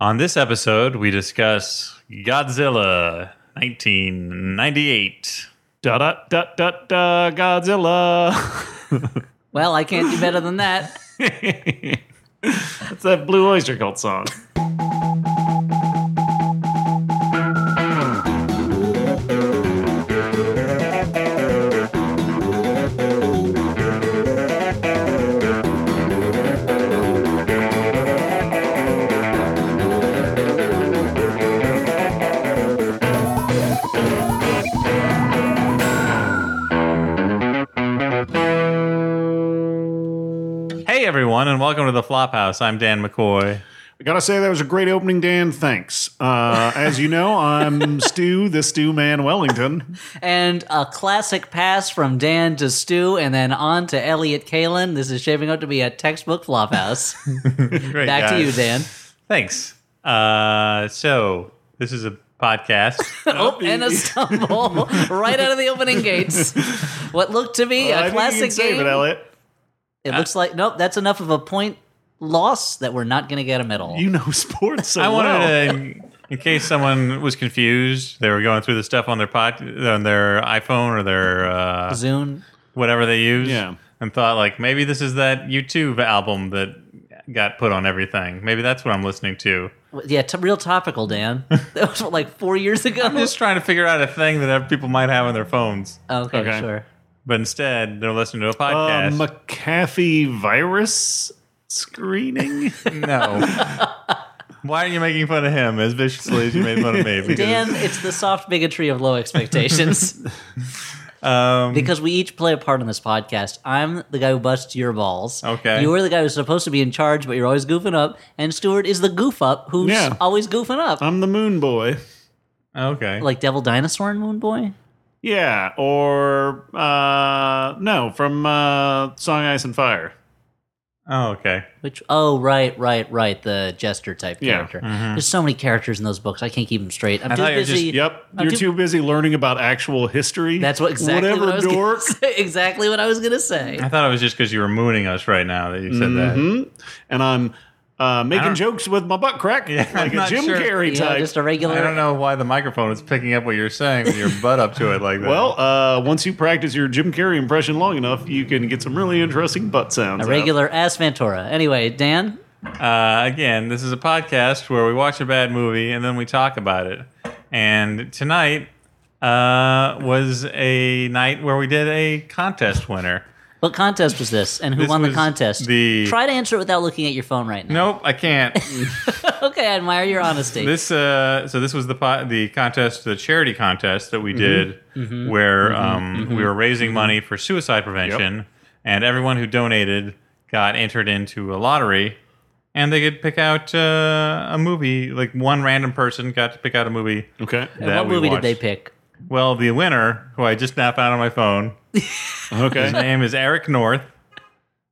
On this episode, we discuss Godzilla 1998. Da da da da da Godzilla. Well, I can't do better than that. That's that Blue Oyster Cult song. Hey everyone, and welcome to the Flophouse. I'm Dan McCoy. I gotta say that was a great opening, Dan. Thanks. Uh, as you know, I'm Stu, the Stu Man Wellington. And a classic pass from Dan to Stu and then on to Elliot Kalin. This is shaping up to be a textbook flophouse. Great Back to guys. you, Dan. Thanks. Uh, so this is a podcast. Oh, and a stumble right out of the opening gates. What looked to be a I think you classic can save game. it, Elliot. it looks like, nope, that's enough of a point loss that we're not going to get a medal. You know sports so I wanted well. to, in, in case someone was confused, they were going through the stuff on their pod, on their iPhone or their uh, Zune. whatever they use, Yeah. and thought like maybe this is that YouTube album that got put on everything. Maybe that's what I'm listening to. Yeah, t- real topical, Dan. That was what, like four years ago. I'm just trying to figure out a thing that other people might have on their phones, okay, Okay. sure. but instead they're listening to a uh, podcast. McAfee virus screening. no. Why are you making fun of him as viciously as you made fun of me? Because Dan, it's the soft bigotry of low expectations. Um, because we each play a part in this podcast. I'm the guy who busts your balls. Okay. You were the guy who's supposed to be in charge, but you're always goofing up. And Stuart is the goof up who's Yeah. always goofing up. Uh-huh. I'm the Moon Boy. okay. like Devil Dinosaur and Moon Boy? Yeah, or uh, no, from uh, Song Ice and Fire. oh, okay. Which, oh, right, right, right. The jester type Yeah. character. There's so many characters in those books. I can't keep them straight. I'm Mm-hmm. I too thought you were busy. just- Yep, I'm you're too busy learning about actual history. That's what exactly Whatever what I was gonna dork. say- exactly what I was going to say. I thought it was just because you were mooning us right now that you said that. And I'm uh, making don't- jokes with my butt crack, I'm like a not Jim sure. Carrey You know, type. just a regular. I don't know why the microphone is picking up what you're saying with your butt up to it like that. Well, uh, once you practice your Jim Carrey impression long enough, you can get some really interesting butt sounds. A out. regular ass Ventura. Anyway, Dan, uh, again, this is a podcast where we watch a bad movie and then we talk about it. And tonight uh, was a night where we did a contest winner. what contest was this, and who This won the was contest? the- Try to answer it without looking at your phone right now. Nope, I can't. Okay, I admire your honesty. This uh, so this was the po- the contest, the charity contest that we did, where um, we were raising money for suicide prevention, and everyone who donated got entered into a lottery, and they could pick out uh, a movie. Like one random person got to pick out a movie. Okay. that what we movie watched. did they pick? Well, the winner, who I just now found on my phone, his Okay. name is Eric North.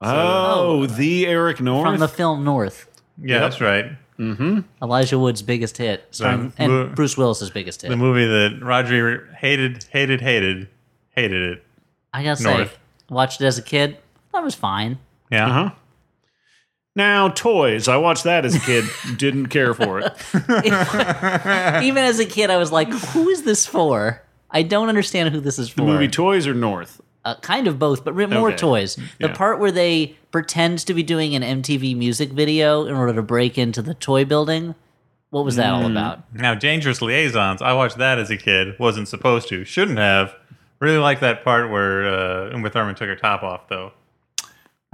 oh, the Eric North. From the film North, Yeah, that's right. Elijah Wood's biggest hit, starring, Um, and Mo- Bruce Willis's biggest The hit. movie that Roger hated, hated, hated, hated it. I gotta say, North. watched it as a kid. That was fine. Yeah. Uh-huh. now, toys. I watched that as a kid. Didn't care for it. Even as a kid, I was like, "Who is this for?" I don't understand who this is for. Movie Toys or North? uh, kind of both, but re- more Okay. toys. The Yeah. part where they pretend to be doing an MTV music video in order to break into the toy building. What was that all Mm. about? Now, Dangerous Liaisons, I watched that as a kid. Wasn't supposed to. Shouldn't have. Really like that part where uh, Uma Thurman took her top off, though.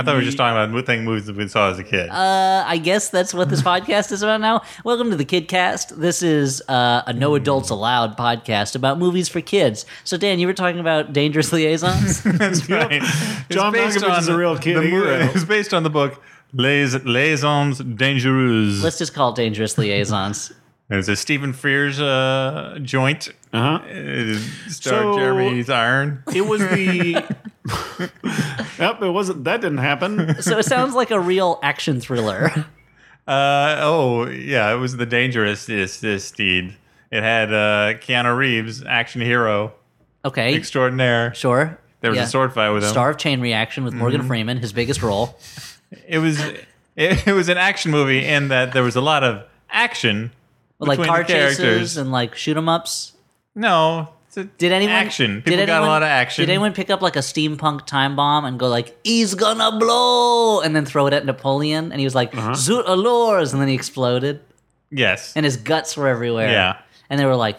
I thought we were just talking about mo- thing movies that we saw as a kid. Uh, I guess that's what this podcast is about now. Welcome to the KidCast. This is uh, a no adults allowed podcast about movies for kids. So, Dan, you were talking about Dangerous Liaisons? That's right. It's John Malkovich is a real kid the mo- hero. It's based on the book Les Liaisons Dangereuses. Let's just call it Dangerous Liaisons. it's a Stephen Frears uh, joint. Uh huh. It starred So- Jeremy's Iron. It was the. yep. It wasn't. That didn't happen. So, it sounds like a real action thriller. Uh, oh, yeah, it was the dangerous this, this steed. It had uh, Keanu Reeves, action hero Okay, extraordinaire. sure. There was Yeah. a sword fight with him. Star of Chain Reaction with Morgan Mm-hmm. Freeman, his biggest role. It was it, it was an action movie in that there was a lot of action like between car the characters. chases and like shoot 'em ups. no, it's a- Did anyone action? did People got a anyone- lot of action. Did anyone pick up like a steampunk time bomb and go like "He's gonna blow" and then throw it at Napoleon and he was like Uh-huh. "Zoot allures" and then he exploded Yes. and his guts were everywhere. Yeah. and they were like,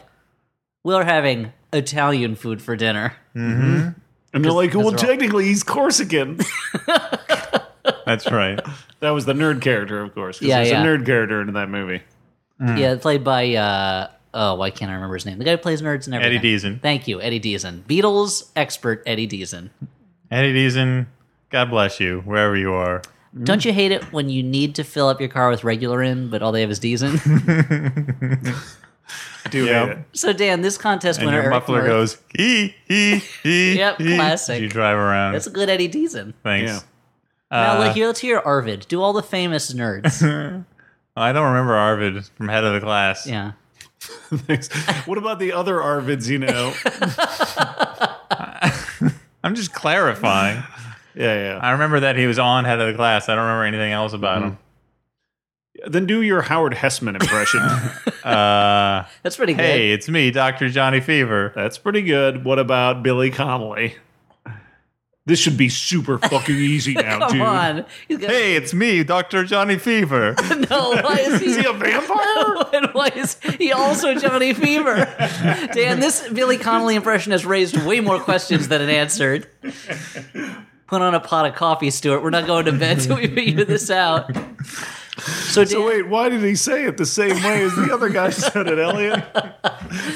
"We're having Italian food for dinner." And they're like, well, they're all- technically, he's Corsican. That's right. that was the nerd character, of course. 'cause Yeah, there's yeah. a nerd character in that movie. Hmm. Yeah, played by uh oh, why can't I remember his name? The guy who plays nerds and everything. Eddie Deason. Thank you, Eddie Deason, Beatles expert Eddie Deason. Eddie Deason, God bless you, wherever you are. Don't you hate it when you need to fill up your car with regular in, but all they have is Deason? I do Yeah. hate it. So Dan, this contest And winner, your Eric muffler North- goes, hee, hee, hee. Yep, hee, classic. as You drive around. That's a good Eddie Deason. Thanks. Yeah. Uh, now, like, let's hear Arvid. Do all the famous nerds? I don't remember Arvid from Head of the Class. yeah, Thanks. What about the other Arvids you know? I'm just clarifying. yeah, I remember that he was on Head of the Class. I don't remember anything else about yeah. Then do your Howard Hessman impression. him. Uh, that's pretty good. hey, it's me, Dr. Johnny Fever. That's pretty good. What about Billy Connolly? This should be super fucking easy now, Come dude. on. He's got- Hey, it's me, Dr. Johnny Fever. No, why is Is he? he a vampire? and why is he also Johnny Fever? Dan, this Billy Connolly impression has raised way more questions than it answered. Put on a pot of coffee, Stuart. We're not going to bed till we figure this out. So, Dan, Wait, why did he say it the same way as the other guy said it, Elliot?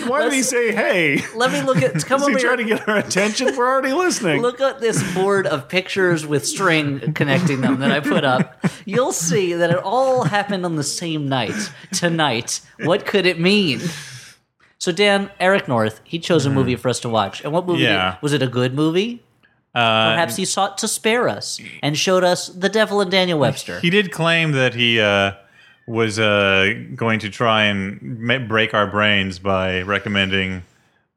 Why did he say, hey? Is let me look at. Come he over here. trying to get our attention? We're already listening. Look at this board of pictures with string connecting them that I put up. You'll see that it all happened on the same night. Tonight. What could it mean? So Dan, Eric North, he chose a movie for us to watch. And what movie Mm-hmm. Yeah. was it a good movie? Uh, Perhaps he sought to spare us and showed us The Devil and Daniel Webster. He did claim that he uh, was uh, going to try and ma- break our brains by recommending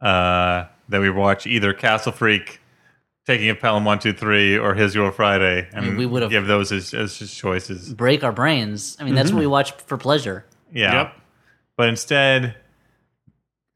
uh, that we watch either Castle Freak, Taking of Pelham One Two Three, or His Girl Friday, and we would've- give those as, as his choices. Break our brains. I mean, that's what we watch for pleasure. Yeah, Yep. but instead.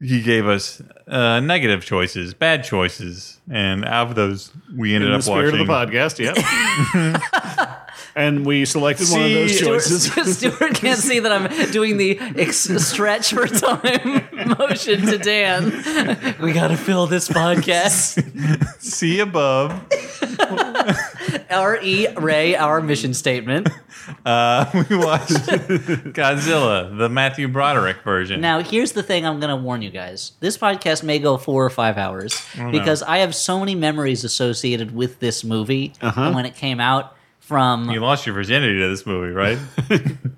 He gave us uh, negative choices, bad choices, and out of those, we ended In the up spirit watching. of the podcast, yeah. and we selected one of those See, Stuart, choices. Stuart can't see that I'm doing the ex- stretch for time motion to Dan. We gotta fill this podcast. See above. R E Ray, our mission statement. Uh, we watched Godzilla, the Matthew Broderick version. Now, here's the thing I'm gonna warn you guys. This podcast may go four or five hours because I have so many memories associated with this movie and when it came out. From, You lost your virginity to this movie, right?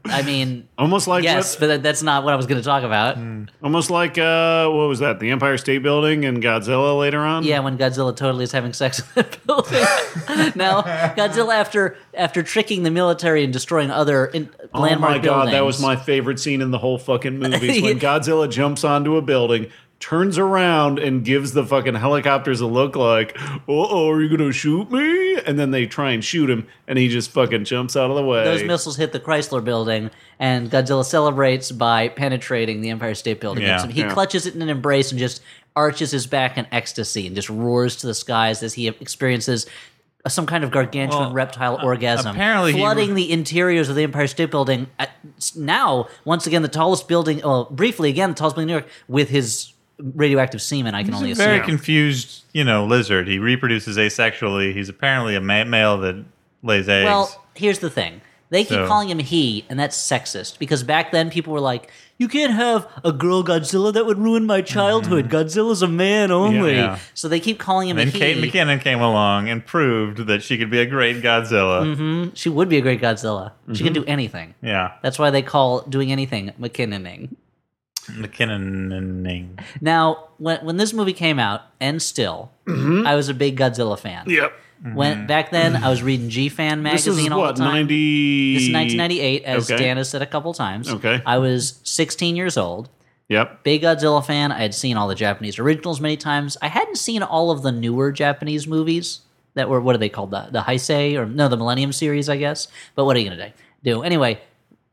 I mean, Almost like yes, what- but that- that's not what I was going to talk about. almost like uh, what was that? The Empire State Building and Godzilla later on. Yeah, when Godzilla totally is having sex with that building. now, Godzilla after after tricking the military and destroying other in, Oh landmark my god, that was buildings. my favorite scene in the whole fucking movie. is when Godzilla jumps onto a building, turns around, and gives the fucking helicopters a look like, "Uh oh, are you gonna shoot me?" And then they try and shoot him, and he just fucking jumps out of the way. Those missiles hit the Chrysler building, and Godzilla celebrates by penetrating the Empire State Building. Yeah, So he yeah. clutches it in an embrace and just arches his back in ecstasy and just roars to the skies as he experiences some kind of gargantuan Well, uh, reptile orgasm, apparently he flooding the interiors of the Empire State Building. At, now, once again, the tallest building. Well, briefly again, the tallest building in New York with his radioactive semen. I can only He's a assume. very confused, you know, lizard. He reproduces asexually. He's apparently a ma- male that lays eggs. Well, here's the thing. They keep So- calling him he, and that's sexist because back then people were like, "You can't have a girl Godzilla. That would ruin my childhood. Godzilla's a man only." yeah. So they keep calling him a then he. Kate McKinnon came along and proved that she could be a great Godzilla. she would be a great Godzilla. She can do anything. Yeah, That's why they call doing anything McKinnoning. McKinnoning. Now, when when this movie came out, and still, I was a big Godzilla fan. Yep. When back then, I was reading G Fan This magazine is all what the time. ninety. This is 1998, as Okay. Dan has said a couple times. Okay. I was 16 years old. Yep. big Godzilla fan. I had seen all the Japanese originals many times. I hadn't seen all of the newer Japanese movies that were what are they called the the Heisei or no the Millennium series I guess. But what are you gonna do? do? Anyway,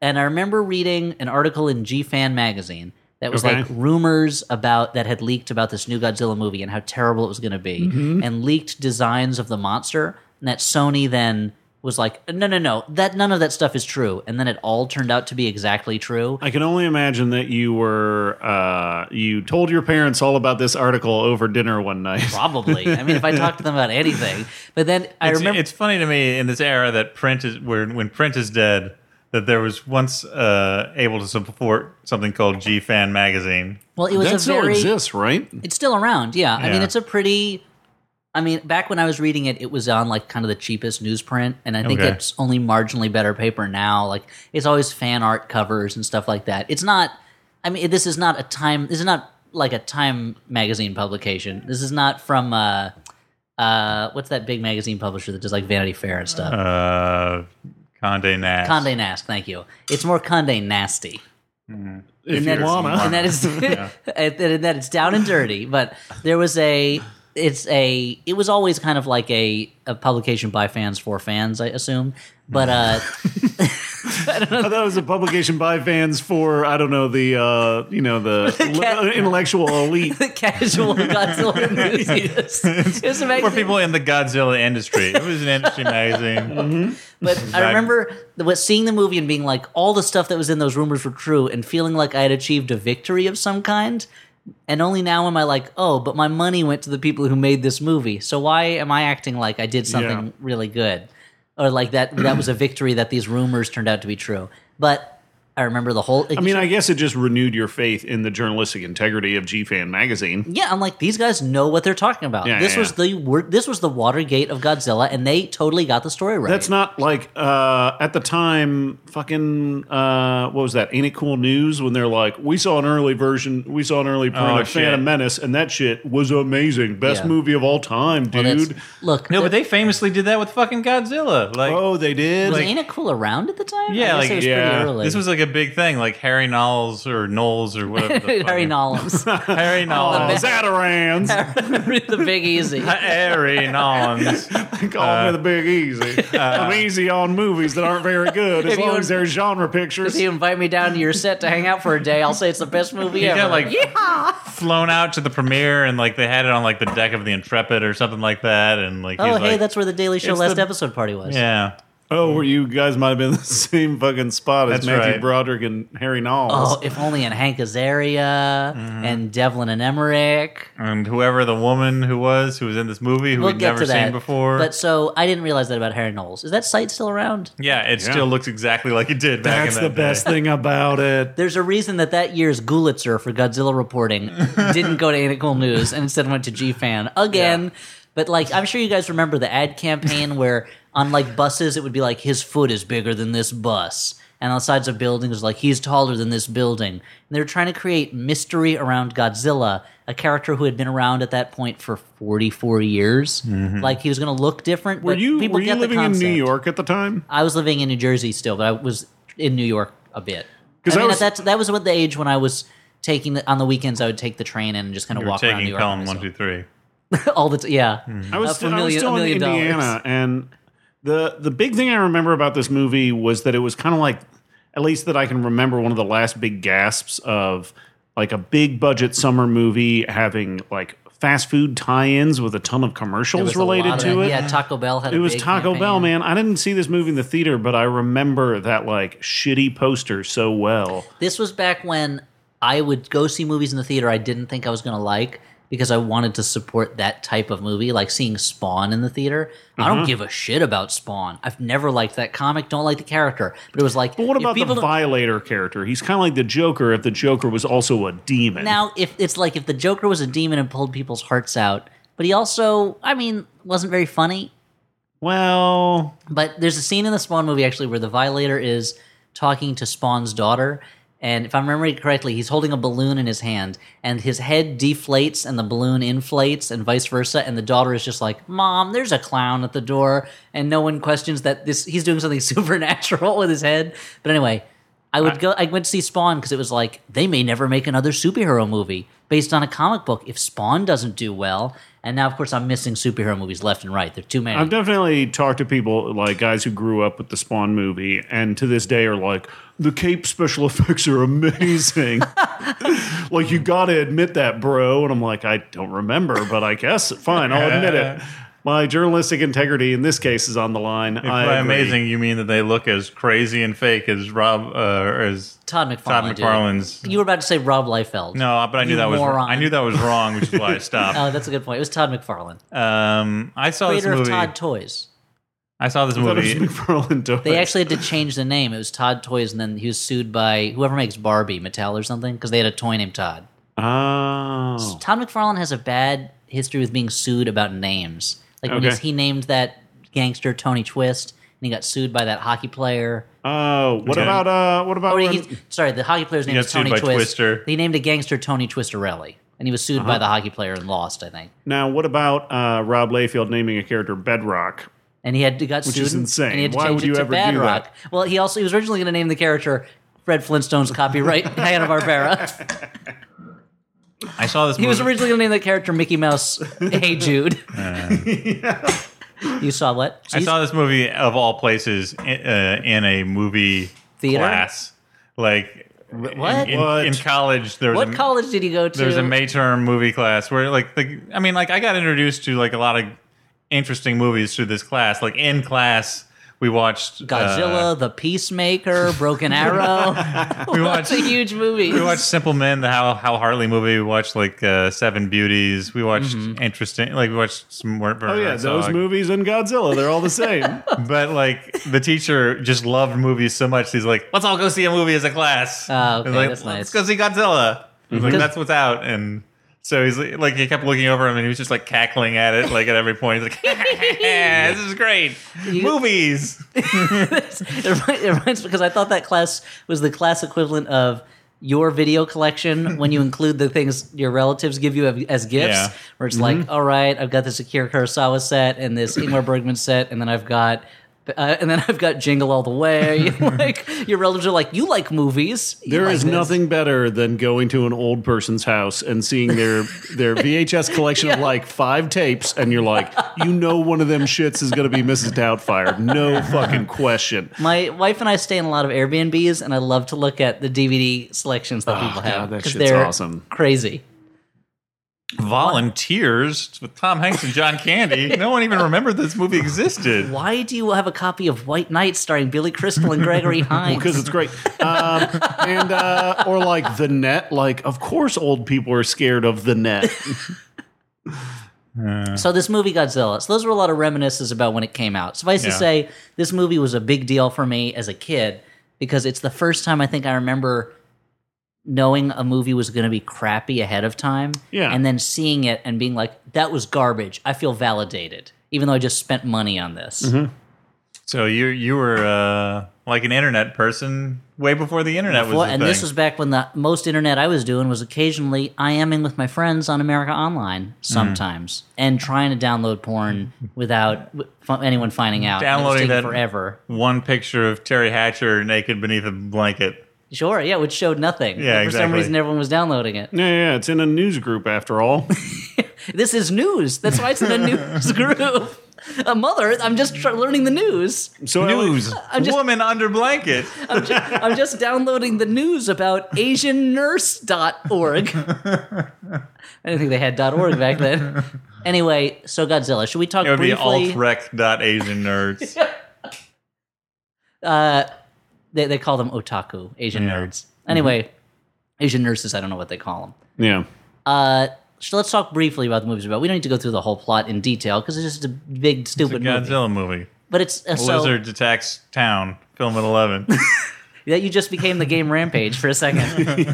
And I remember reading an article in G Fan magazine that was Okay. like rumors about that had leaked about this new Godzilla movie and how terrible it was going to be, and leaked designs of the monster. And that Sony then was like, no, no, no, that none of that stuff is true. And then it all turned out to be exactly true. I can only imagine that you were uh, you told your parents all about this article over dinner one night. Probably. I mean, if I talked to them about anything, but then I It's, remember it's funny to me in this era that print is where when print is dead that there was once uh, able to support something called G Fan magazine. well, it was that a still very exists, right? It's still around, yeah. I mean, Yeah. it's a pretty. I mean, back when I was reading it, it was on like kind of the cheapest newsprint, and I think Okay. it's only marginally better paper now. Like it's always fan art covers and stuff like that. It's not. I mean, this is not a time. This is not like a Time magazine publication. This is not from. uh uh, what's that big magazine publisher that does like Vanity Fair and stuff? Uh, Condé Nast. Condé Nast, thank you. It's more Condé Nasty. If and you that is- wanna. and that is and that- and that it's down and dirty. But there was a, it's a, it was always kind of like a, a publication by fans for fans, I assume. But uh, I thought it was a publication by fans for I don't know the uh, you know the li- intellectual elite. the casual Godzilla enthusiast, it was a For magazine- people in the Godzilla industry, it was an industry magazine. But I remember the- what seeing the movie and being like, all the stuff that was in those rumors were true, and feeling like I had achieved a victory of some kind. And only now am I like, oh, but my money went to the people who made this movie. So why am I acting like I did something Yeah. really good, or like that that was a victory that these rumors turned out to be true? But I remember the whole. I mean, I guess it just renewed your faith in the journalistic integrity of G Fan magazine. yeah, I'm like these guys know what they're talking about. Yeah, this yeah, was the wor- this was the Watergate of Godzilla, and they totally got the story right. That's not like uh, at the time, fucking uh, what was that? Ain't it cool news when they're like, we saw an early version, we saw an early print Oh, of Phantom shit. Menace, and that shit was amazing, best Yeah. movie of all time, Well, that's- dude. Look, No, but that- they famously did that with fucking Godzilla. Like, oh, they did. was ain't it cool around at the time? I Yeah, guess like- it was yeah. pretty early. this was like a big thing. Like Harry Knowles or Knowles or whatever. The fuck. Harry Nollins. Harry oh, Knowles. Zatarans. the Big Easy. Harry Knowles. Call me the Big Easy. I'm easy on movies that aren't very good as If you long would- as they're genre pictures. If you invite me down to your set to hang out for a day, I'll say it's the best movie He ever. got like yeah. flown out to the premiere and like they had it on like the deck of the Intrepid or something like that. And like, Oh, he's hey, like, that's where the Daily Show It's last the- episode party was. yeah. Oh, where you guys might have been in the same fucking spot as That's Matthew right. Broderick and Harry Knowles. Oh, if only in Hank Azaria Mm-hmm. and Devlin and Emmerich. and whoever the woman who was who was in this movie who We'll we'd get never to that. seen before. But so I didn't realize that about Harry Knowles. Is that site still around? yeah, it Yeah. still looks exactly like it did back That's in the that day. best thing about it. There's a reason that that year's Gulitzer for Godzilla reporting didn't go to Ain't It Cool News and instead went to G Fan again. But like, I'm sure you guys remember the ad campaign where on like buses it would be like his foot is bigger than this bus, and on the sides of buildings it was like he's taller than this building. And they were trying to create mystery around Godzilla, a character who had been around at that point for 44 years. Like he was going to look different. Mm-hmm. Were but you people were you get the living in New concept. York at the time? I was living in New Jersey still, but I was in New York a bit. 'Cause Because I I mean, was- that, that was what the age when I was taking the, on the weekends. I would take the train in and just kind of We're walk around New taking York Pelham by one two three. myself. all the t- yeah. I was, Up still, a I was million- still a in million dollars. Indiana, and the the big thing I remember about this movie was that it was kind of like, at least that I can remember, one of the last big gasps of like a big budget summer movie having like fast food tie-ins with a ton of There commercials was a related lot to of- it. Yeah, Taco Bell had It a was big Taco campaign. Bell, man. I didn't see this movie in the theater, but I remember that like shitty poster so well. This was back when I would go see movies in the theater I didn't think I was going to like because I wanted to support that type of movie, like seeing Spawn in the theater. I Mm-hmm. don't give a shit about Spawn. I've never liked that comic, don't like the character. But it was like, But what if about the people don't- Violator character? He's kind of like the Joker if the Joker was also a demon. Now, if it's like if the Joker was a demon and pulled people's hearts out, but he also, I mean, wasn't very funny. well, But there's a scene in the Spawn movie actually where the Violator is talking to Spawn's daughter, and if I'm remembering correctly, he's holding a balloon in his hand, and his head deflates and the balloon inflates, and vice versa. And the daughter is just like, "Mom, there's a clown at the door," and no one questions that this he's doing something supernatural with his head. But anyway, I would go. I went to see Spawn because it was like they may never make another superhero movie. based on a comic book. If Spawn doesn't do well, and now of course I'm missing superhero movies left and right. There are too many. I've definitely talked to people like guys who grew up with the Spawn movie and to this day are like, the cape special effects are amazing. like, you gotta admit that, bro. And I'm like, I don't remember, but I guess fine, I'll admit it. My journalistic integrity in this case is on the line. I By agree. amazing, you mean that they look as crazy and fake as Rob uh, or as Todd McFarlane. Todd McFarlane's. Dude. You were about to say Rob Liefeld. No, but I knew You that was moron. I knew that was wrong, which is why I stopped. Oh, that's a good point. It was Todd McFarlane, Um, I saw this creator of movie. Todd Toys. I saw this That was movie. McFarlane doing They it. actually had to change the name. It was Todd Toys, and then he was sued by whoever makes Barbie, Mattel or something, because they had a toy named Todd. Oh. Todd McFarlane has a bad history with being sued about names. Like when Okay. he's, he named that gangster Tony Twist, and he got sued by that hockey player. Oh, what Okay. about uh what about Or when- he, sorry, the hockey player's name Oh, got is sued Tony by Twist. Twister. Uh-huh. He named a gangster Tony Twisterelli, and he was sued by the hockey player and lost, I think. now what about uh Rob Layfield naming a character Bedrock? And he had he got sued. is insane. And he had to Why change would it you to ever Bad do Rock. Well, he also he was originally going to name the character Fred Flintstone's copyright Hanna Barbera. I saw this. He was movie. originally going to name the character Mickey Mouse. Hey Jude. you saw what? I Jeez. saw this movie of all places i- uh, in a movie Theater? class. Like what? in, in- What? in college there was What a, college did you go to? there was a May term movie class where like the I mean like I got introduced to like a lot of interesting movies through this class. Like in class we watched uh, Godzilla, The Peacemaker, Broken Arrow. we Lots watched of huge movies. we watched Simple Men, the Hal, Hal Hartley movie. We watched like uh, Seven Beauties. We watched interesting, like we watched some more. Mm-hmm. Oh yeah, those movies and Godzilla, they're all the same. But like the teacher just loved movies so much, he's like, "Let's all go see a movie as a class." Oh, okay, And, like, that's nice. Let's go see Godzilla. He's Like Mm-hmm. Cause- that's what's out, and so he's like, like, he kept looking over him, and he was just like cackling at it, like at every point. He's like, "This is great, movies." it reminds, it reminds because I thought that class was the class equivalent of your video collection when you include the things your relatives give you av- as gifts. Yeah. Where it's like, Mm-hmm. all right, I've got this Akira Kurosawa set and this Ingmar Bergman set, and then I've got. Uh, and then I've got Jingle All the Way. like your relatives are like, you like movies. You There like is this." nothing better than going to an old person's house and seeing their their VHS collection of like five tapes, and you're like, you know, one of them shits is going to be Mrs. Doubtfire, no fucking question. My wife and I stay in a lot of Airbnbs, and I love to look at the DVD selections that people have Oh, God, that because shit's they're awesome. crazy. Volunteers with Tom Hanks and John Candy. No one even remembered this movie existed. Why do you have a copy of White Knight starring Billy Crystal and Gregory Hines? Because it's great, um, and uh, or like the net. Like, of course, old people are scared of the net. So this movie Godzilla. So those were a lot of reminiscences about when it came out. Suffice to Yeah. say, this movie was a big deal for me as a kid because it's the first time I think I remember knowing a movie was going to be crappy ahead of time, Yeah. and then seeing it and being like, "That was garbage." I feel validated, even though I just spent money on this. Mm-hmm. So you you were uh, like an internet person way before the internet Well, was. A and thing. this was back when the most internet I was doing was occasionally IMing with my friends on America Mm. Online sometimes, and trying to download porn without w- f- anyone finding out. And it was Downloading that- taking forever. one picture of Terry Hatcher naked beneath a blanket. Sure, yeah, which showed nothing. Yeah, But for some exactly. reason, everyone was downloading it. Yeah, yeah, it's in a news group after all. This is news. That's why it's in a news group. A mother, I'm just tr- learning the news. So uh, News. just- Woman under blanket. I'm just, I'm just downloading the news about AsianNurse.org. I didn't think they had .org back then. Anyway, so Godzilla. Should we talk It would be briefly? altrec.asian nerds. they, they call them otaku, Asian Yeah. Mm-hmm. nerds. Anyway, Asian nurses. I don't know what they call them. yeah, Uh, so let's talk briefly about the movies. About we don't need to go through the whole plot in detail because it's just a big stupid movie. Godzilla movie. But it's uh, so Lizard attacks town. Film at 11. that you just became the game Rampage for a second.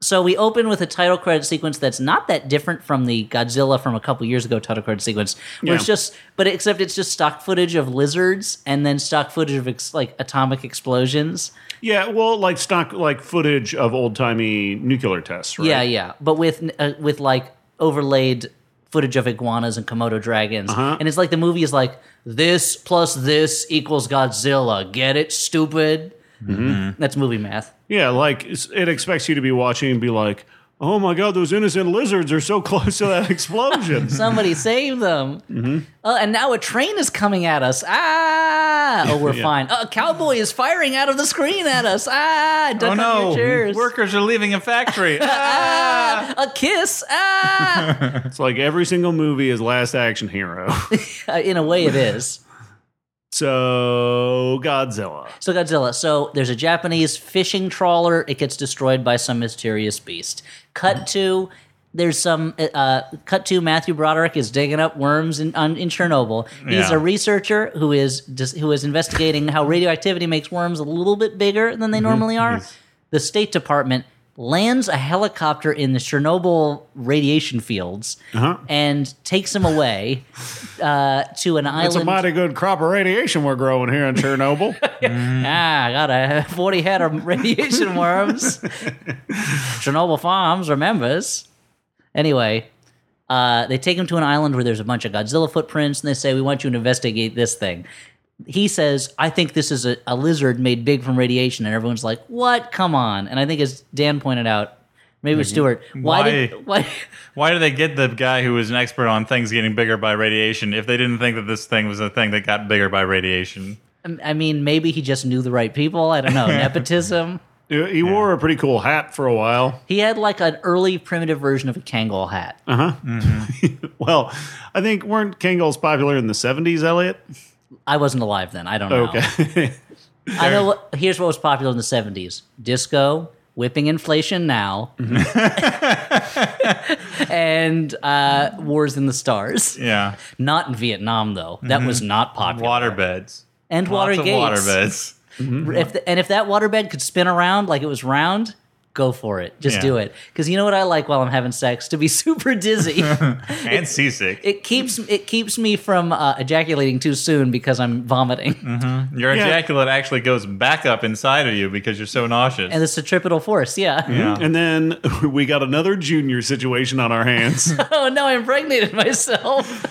so we open with a title credit sequence that's not that different from the Godzilla from a couple years ago title credit sequence, where it's Yeah. just, but except it's just stock footage of lizards and then stock footage of ex, like atomic explosions. yeah. Well, like stock, like footage of old timey nuclear tests. Right? Yeah, yeah, but with uh, with like overlaid footage of iguanas and Komodo dragons, Uh-huh. and it's like the movie is like this plus this equals Godzilla. Get it, stupid. Mm-hmm. That's movie math. Yeah, like s- it expects you to be watching and be like, "Oh my god, those innocent lizards are so close to that explosion." Somebody save them. Mm-hmm. Oh, and now a train is coming at us. Ah! Oh, we're Yeah. fine. Oh, a cowboy is firing out of the screen at us. Ah! Oh Duck under no! your chairs. Workers are leaving a factory. Ah! A kiss. Ah! it's like every single movie is Last Action Hero. Uh, In a way, it is. so Godzilla. So Godzilla. So there's a Japanese fishing trawler. It gets destroyed by some mysterious beast. Cut to there's some uh, cut to Matthew Broderick is digging up worms in on, in Chernobyl. He's Yeah. a researcher who is dis- who is investigating how radioactivity makes worms a little bit bigger than they normally are. The State Department lands a helicopter in the Chernobyl radiation fields and takes him away uh, to an It's a island. mighty good crop of radiation we're growing here in Chernobyl. Ah, I got a 40 head of radiation worms. Chernobyl Farms remembers. Anyway, uh, they take him to an island where there's a bunch of Godzilla footprints, and they say, We want you to investigate this thing. He says, I think this is a, a lizard made big from radiation. And everyone's like, What? Come on. And I think, as Dan pointed out, maybe it was Stuart, why, did. Why, Why did they get the guy who was an expert on things getting bigger by radiation if they didn't think that this thing was a thing that got bigger by radiation? I mean, maybe he just knew the right people. I don't know. Nepotism. he he wore a pretty cool hat for a while. He had like an early primitive version of a Kangol hat. Well, I think weren't Kangals popular in the 70s, Elliot? I wasn't alive then. I don't know. Okay. I know. What, here's what was popular in the '70s: disco, whipping inflation now, Mm-hmm. and uh, wars in the stars. Yeah, Not in Vietnam though. That was not popular. waterbeds. and water Mm-hmm. Lots of gates. waterbeds. If the- and if that waterbed could spin around like it was round. Go for it. Just Yeah. do it. Because you know what I like while I'm having sex? To be super dizzy. and seasick. it keeps it keeps me from uh, ejaculating too soon because I'm vomiting. Mm-hmm. Your Yeah. ejaculate actually goes back up inside of you because you're so nauseous. And the centripetal force, yeah. yeah. and then we got another junior situation on our hands. oh no, I impregnated myself.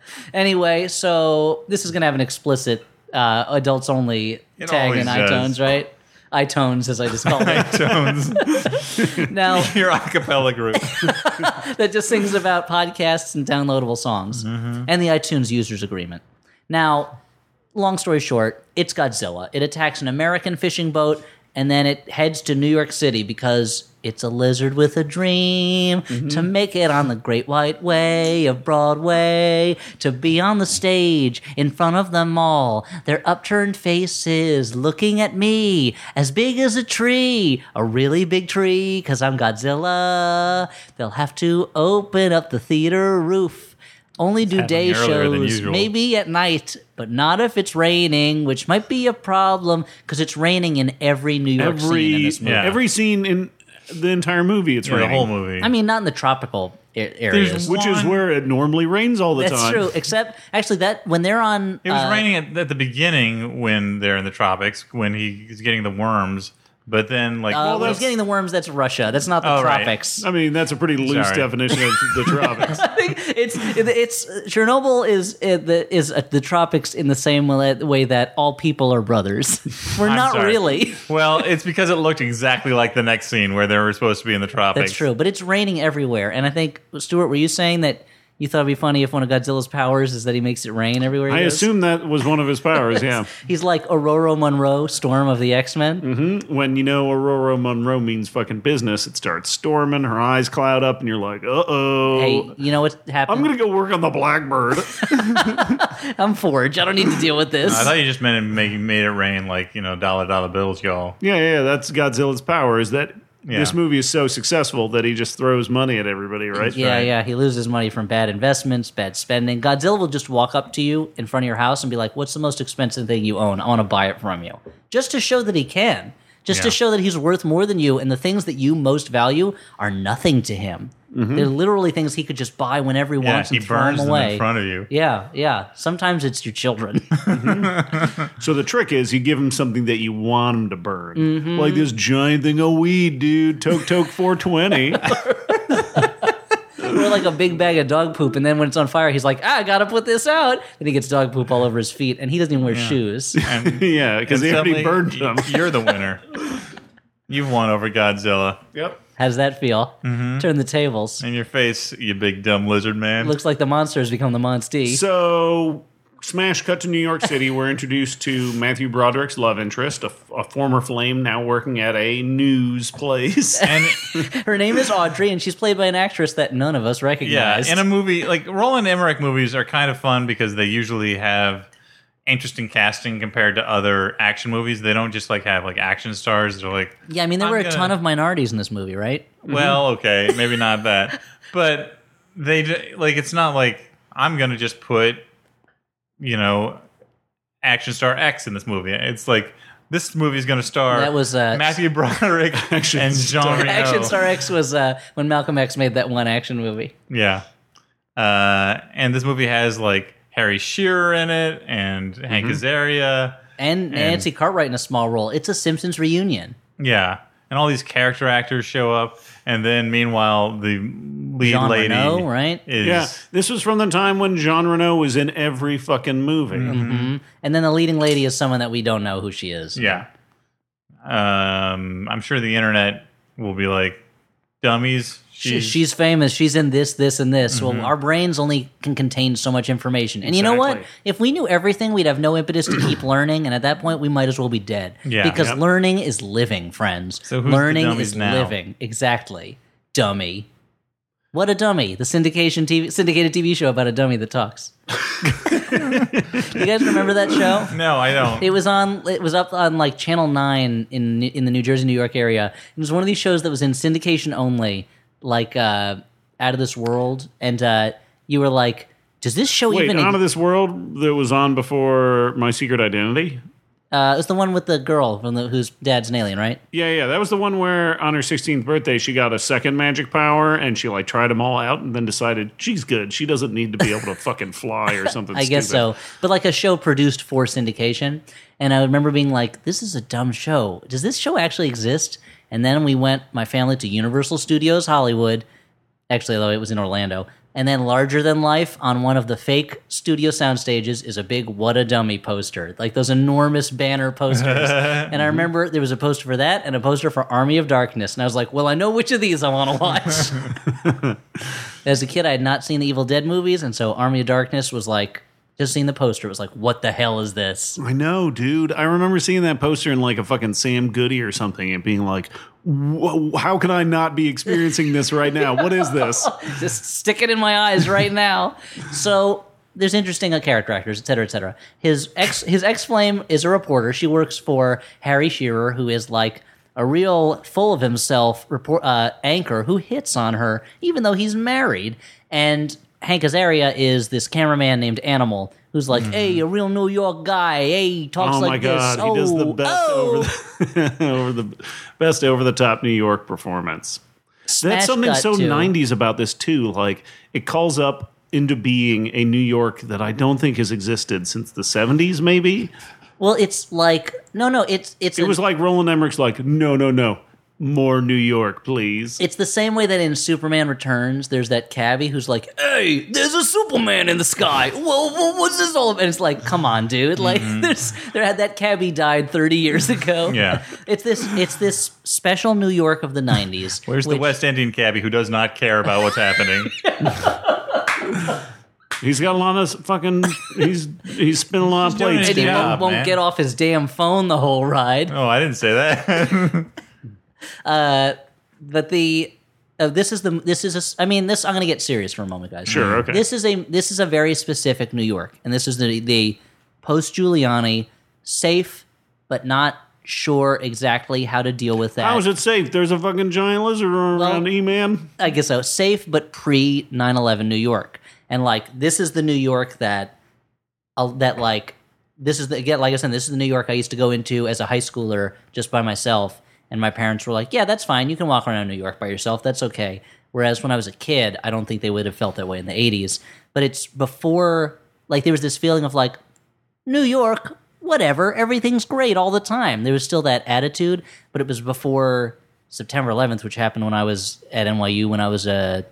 anyway, so this is going to have an explicit uh, adults only It tag always in iTunes, does. right? iTunes, as I just call it. Tones, now your acapella group. that just sings about podcasts and downloadable songs Mm-hmm. and the iTunes users agreement. Now, long story short, it's Godzilla. It attacks an American fishing boat and then it heads to New York City because it's a lizard with a dream to make it on the great white way of Broadway, to be on the stage in front of them all, their upturned faces looking at me as big as a tree, a really big tree, because I'm Godzilla. They'll have to open up the theater roof. Only do day happening earlier than shows, usual. maybe be at night, but not if it's raining, which might be a problem because it's raining in every New York scene in every this movie. Yeah. every scene in the entire movie. It's the raining, whole movie. I mean, not in the tropical a- areas. w- which is where it normally rains all the That's time. true. Except actually, that when they're on, It was uh, raining at, at the beginning when they're in the tropics when he's getting the worms, but then like Uh, well, when he's that's- getting the worms, that's Russia. That's not the Oh, right. tropics. I mean, that's a pretty loose Sorry. definition of the tropics. I think it's it's Chernobyl is uh, the is uh, the tropics in the same way way that all people are brothers. We're I'm not sorry. really. well, it's because it looked exactly like the next scene where they were supposed to be in the tropics. That's true, but it's raining everywhere. And I think Stuart, were you saying that you thought it'd be funny if one of Godzilla's powers is that he makes it rain everywhere? He I goes? assume that was one of his powers. Yeah, He's like Aurora Monroe, Storm of the X Men. Mm-hmm. when you know Aurora Monroe means fucking business, it starts storming. Her eyes cloud up, and you're like, "Uh oh." Hey, you know what happened? I'm, I'm gonna go work on the Blackbird. Forge. I don't need to deal with this. I thought you just meant it made, made it rain like you know dollar dollar bills, y'all. yeah, yeah, that's Godzilla's power. Is that Yeah. this movie is so successful that he just throws money at everybody, right? yeah, right. yeah. He loses money from bad investments, bad spending. Godzilla will just walk up to you in front of your house and be like, "What's the most expensive thing you own? I want to buy it from you," just to show that he can. Just to Yeah. show that he's worth more than you, and the things that you most value are nothing to him. They're literally things he could just buy whenever he Mm-hmm. Yeah, wants he and throw burns them them away. in front of you. yeah, yeah. Sometimes it's your children. So the trick is you give him something that you want him to burn, Mm-hmm. like "Oh, this giant thing of weed, dude. Toke toke 420. Or like a big bag of dog poop, and then when it's on fire, he's like, ah, I gotta put this out. Then he gets dog poop all over his feet, and he doesn't even wear shoes. And yeah, because they already suddenly burned y- them. You're the winner. You've won over Godzilla. yep. How's that feel? Mm-hmm. Turn the tables. In your face, you big dumb lizard man. Looks like the monster has become the monstee. So, smash cut to New York City. We're introduced to Matthew Broderick's love interest, a, a former flame now working at a news place. and Her name is Audrey, and she's played by an actress that none of us yeah, recognize. in a movie like Roland Emmerich movies are kind of fun because they usually have interesting casting compared to other action movies. They don't just like have like action stars. They're like, Yeah, I mean, there I'm were a gonna- ton of minorities in this movie, right? well, okay, maybe not that, but they d- like it's not like I'm gonna just put you know action star X in this movie. It's like this movie is gonna star That was, uh, Matthew Broderick Action and Jean Reno. Action Star X was uh, when Malcolm X made that one action movie. Yeah. Uh, and this movie has like Harry Shearer in it and Hank Azaria. And, Nancy Cartwright in a small role. It's a Simpsons reunion. Yeah. And all these character actors show up. And then meanwhile, the lead Jean lady Reno, right? is yeah, this was from the time when Jean Reno was in every fucking movie. Mm-hmm. Mm-hmm. And then the leading lady is someone that we don't know who she is. yeah. Um, I'm sure the internet will be like, dummies. She, she's famous. She's in this, this, and this. Mm-hmm. Well, our brains only can contain so much information. And you know what? Exactly. If we knew everything, we'd have no impetus to keep learning. And at that point, we might as well be dead. Yeah. Because Yep. learning is living, friends. So who's the learning dummies is now? living. Exactly. Dummy. What a dummy! The syndication TV, syndicated TV show about a dummy that talks. you guys remember that show? no, I don't. It was on. It was up on like Channel Nine in in the New Jersey, New York area. It was one of these shows that was in syndication only, like uh, Out of This World, and uh, you were like, "Does this show Wait, even?" Out of This World that was on before My Secret Identity? uh, it's the one with the girl from the whose dad's an alien, right? Yeah, yeah, that was the one where on her 16th birthday she got a second magic power and she like tried them all out and then decided she's good. She doesn't need to be able to fucking fly or something. I guess stupid. so. But like a show produced for syndication, and I remember being like, "This is a dumb show. Does this show actually exist?" And then we went, my family, to Universal Studios Hollywood. Actually, though, it was in Orlando. And then Larger Than Life on one of the fake studio sound stages is a big What a Dummy poster, like those enormous banner posters. and I remember there was a poster for that and a poster for Army of Darkness. And I was like, well, I know which of these I want to watch. As a kid, I had not seen the Evil Dead movies, and so Army of Darkness was like, just seeing the poster it was like, what the hell is this? I know, dude. I remember seeing that poster in like a fucking Sam Goody or something and being like, "Whoa, how can I not be experiencing this right now? What is this? just stick it in my eyes right now. So there's interesting uh, character actors, et cetera, et cetera. His ex, his ex flame is a reporter. She works for Harry Shearer, who is like a real full of himself report uh, anchor who hits on her, even though he's married. And Hank Azaria is this cameraman named Animal. Who's like, hey, a real New York guy. Hey, he talks Mm-hmm. Oh like my God. this. He does the Oh, best oh. over, the, over the best over the top New York performance. That's Smash something cut so to- 90s about this, too. Like, it calls up into being a New York that I don't think has existed since the 70s, maybe. Well, it's like no, no. It's it's It an- was like Roland Emmerich's, like, no, no, no. More New York, please. It's the same way that in Superman Returns, there's that cabbie who's like, "Hey, there's a Superman in the sky. Whoa, whoa what's this all about?" And it's like, "Come on, dude! Like, Mm-hmm. there's there had that cabbie died 30 years ago. Yeah. it's this it's this special New York of the 90s. Where's the which- West Indian cabbie who does not care about what's happening? He's got a lot of fucking. He's he's spinning a lot of doing plates. his And he dude. job. won't, won't man. get off his damn phone the whole ride. oh, I didn't say that. But the uh, this is the this is a s- I mean this I'm gonna get serious for a moment, guys. Sure, okay. This is a this is a very specific New York, and this is the the post Giuliani safe, but not sure exactly how to deal with that. How is it safe? There's a fucking giant lizard running Well- around, E man. I guess so. Safe, but pre 9-11 New York, and like this is the New York that uh, that like this is the again like I said, this is the New York I used to go into as a high schooler just by myself, and my parents were like, "Yeah, that's fine. You can walk around New York by yourself. That's okay." Whereas when I was a kid, I don't think they would have felt that way in the '80s. But it's before like there was this feeling of like New York, whatever, everything's great all the time. There was still that attitude, but it was before September 11th, which happened when I was at NYU when I was a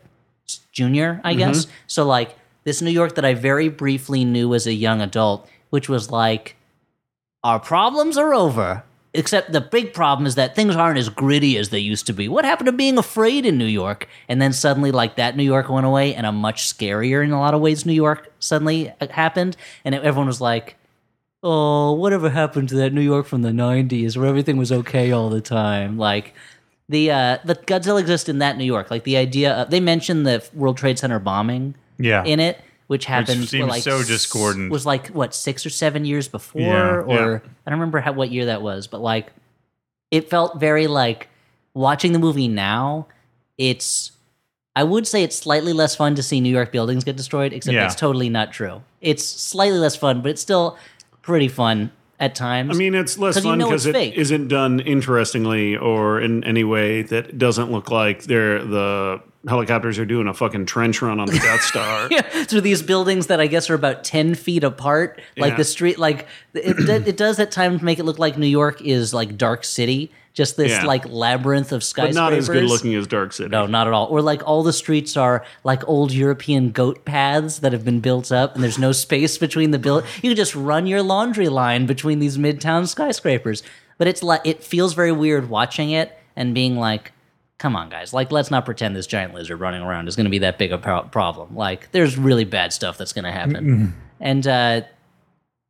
junior, I guess. So like this New York that I very briefly knew as a young adult, which was like our problems are over. Except the big problem is that things aren't as gritty as they used to be. What happened to being afraid in New York? And then suddenly, like that New York went away, and a much scarier in a lot of ways New York suddenly uh, happened. And everyone was like, oh, whatever happened to that New York from the '90s where everything was okay all the time? Like the uh, the Godzilla exists in that New York. Like the idea of they mentioned the World Trade Center bombing Yeah. in it, which happened seems were, like, so s- discordant. Was like what six or seven years before, Yeah, or I don't remember how what year that was, but like it felt very like watching the movie now. It's I would say it's slightly less fun to see New York buildings get destroyed, except Yeah. it's totally not true. It's slightly less fun, but it's still pretty fun at times. I mean, it's less 'Cause you fun know because it's it fake. not done interestingly or in any way that doesn't look like they're the helicopters are doing a fucking trench run on the Death Star. through these buildings that I guess are about ten feet apart. Like Yeah. the street, like it, do- it does at times make it look like New York is like Dark City, just this Yeah. like labyrinth of But skyscrapers. not as good looking as Dark City. No, not at all. Or like all the streets are like old European goat paths that have been built up, and there's no space between the build. You can just run your laundry line between these midtown skyscrapers. But it's like it feels very weird watching it and being like, "Come on, guys! Like, let's not pretend this giant lizard running around is going to be that big a pro- problem. Like, there's really bad stuff that's going to happen." and uh,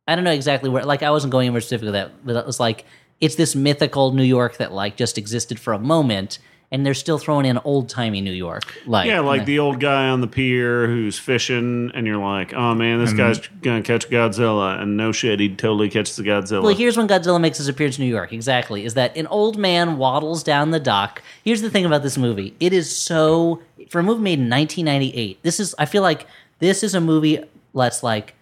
I don't know exactly where. Like, I wasn't going anywhere specific with that, but it was like it's this mythical New York that like just existed for a moment, and they're still throwing in old timey New York. Like, Yeah, like the old guy on the pier who's fishing, and you're like, oh man, this guy's gonna catch Godzilla, and no shit, he'd totally catch the Godzilla. Well, here's when Godzilla makes his appearance in New York. Exactly, is that an old man waddles down the dock. Here's the thing about this movie: it is so for a movie made in 1998. This is, I feel like, this is a movie that's like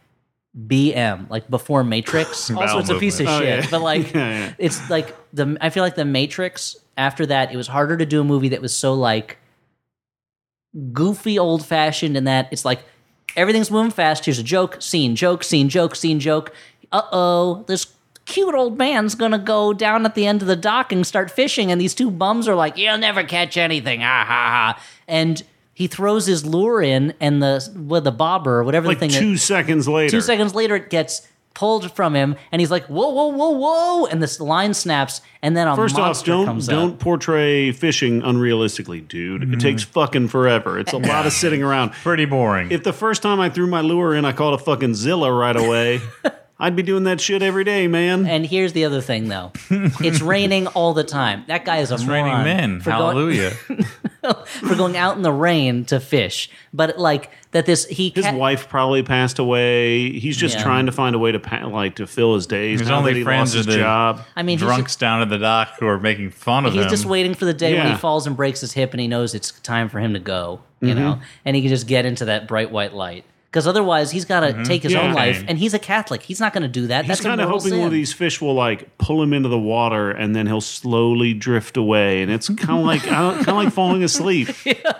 BM, like before Matrix. also, Bowel it's a piece of movement. Oh, shit, yeah. but like, Yeah, yeah. it's like the. I feel like the Matrix. After that, it was harder to do a movie that was so like goofy, old fashioned, in that it's like everything's moving fast. Here's a joke, scene, joke, scene, joke, scene, joke. Uh oh, this cute old man's gonna go down at the end of the dock and start fishing, and these two bums are like, "You'll never catch anything!" Ah ha ha! And he throws his lure in, and the with the bobber or whatever like the thing. that- two seconds later. Two seconds later, it gets pulled from him, and he's like, "Whoa, whoa, whoa, whoa!" And this line snaps, and then a First off, monster don't comes Mm-hmm. don't out. portray fishing unrealistically, dude. It takes fucking forever. It's a lot of sitting around. Pretty boring. If the first time I threw my lure in, I called a fucking Zilla right away, I'd be doing that shit every day, man. And here's the other thing, though: it's raining all the time. That guy is a It's raining men. for going- Hallelujah. for going out in the rain to fish, but like that, this he His ca- wife probably passed away. He's just Yeah. trying to find a way to pa- like to fill his days. His now only that he friends lost are his the job. I mean, he's drunks down at the dock who are making fun of Oh, He's him. just waiting for the day when Yeah. he falls and breaks his hip and he knows it's time for him to go, you Mm-hmm. know, and he can just get into that bright white light. Because otherwise, he's got to take his Mm-hmm. Yeah. own life, and he's a Catholic. He's not going to do that. He's That's kind of hoping sin. one of these fish will like pull him into the water, and then he'll slowly drift away. And it's kind of like kind of like falling asleep.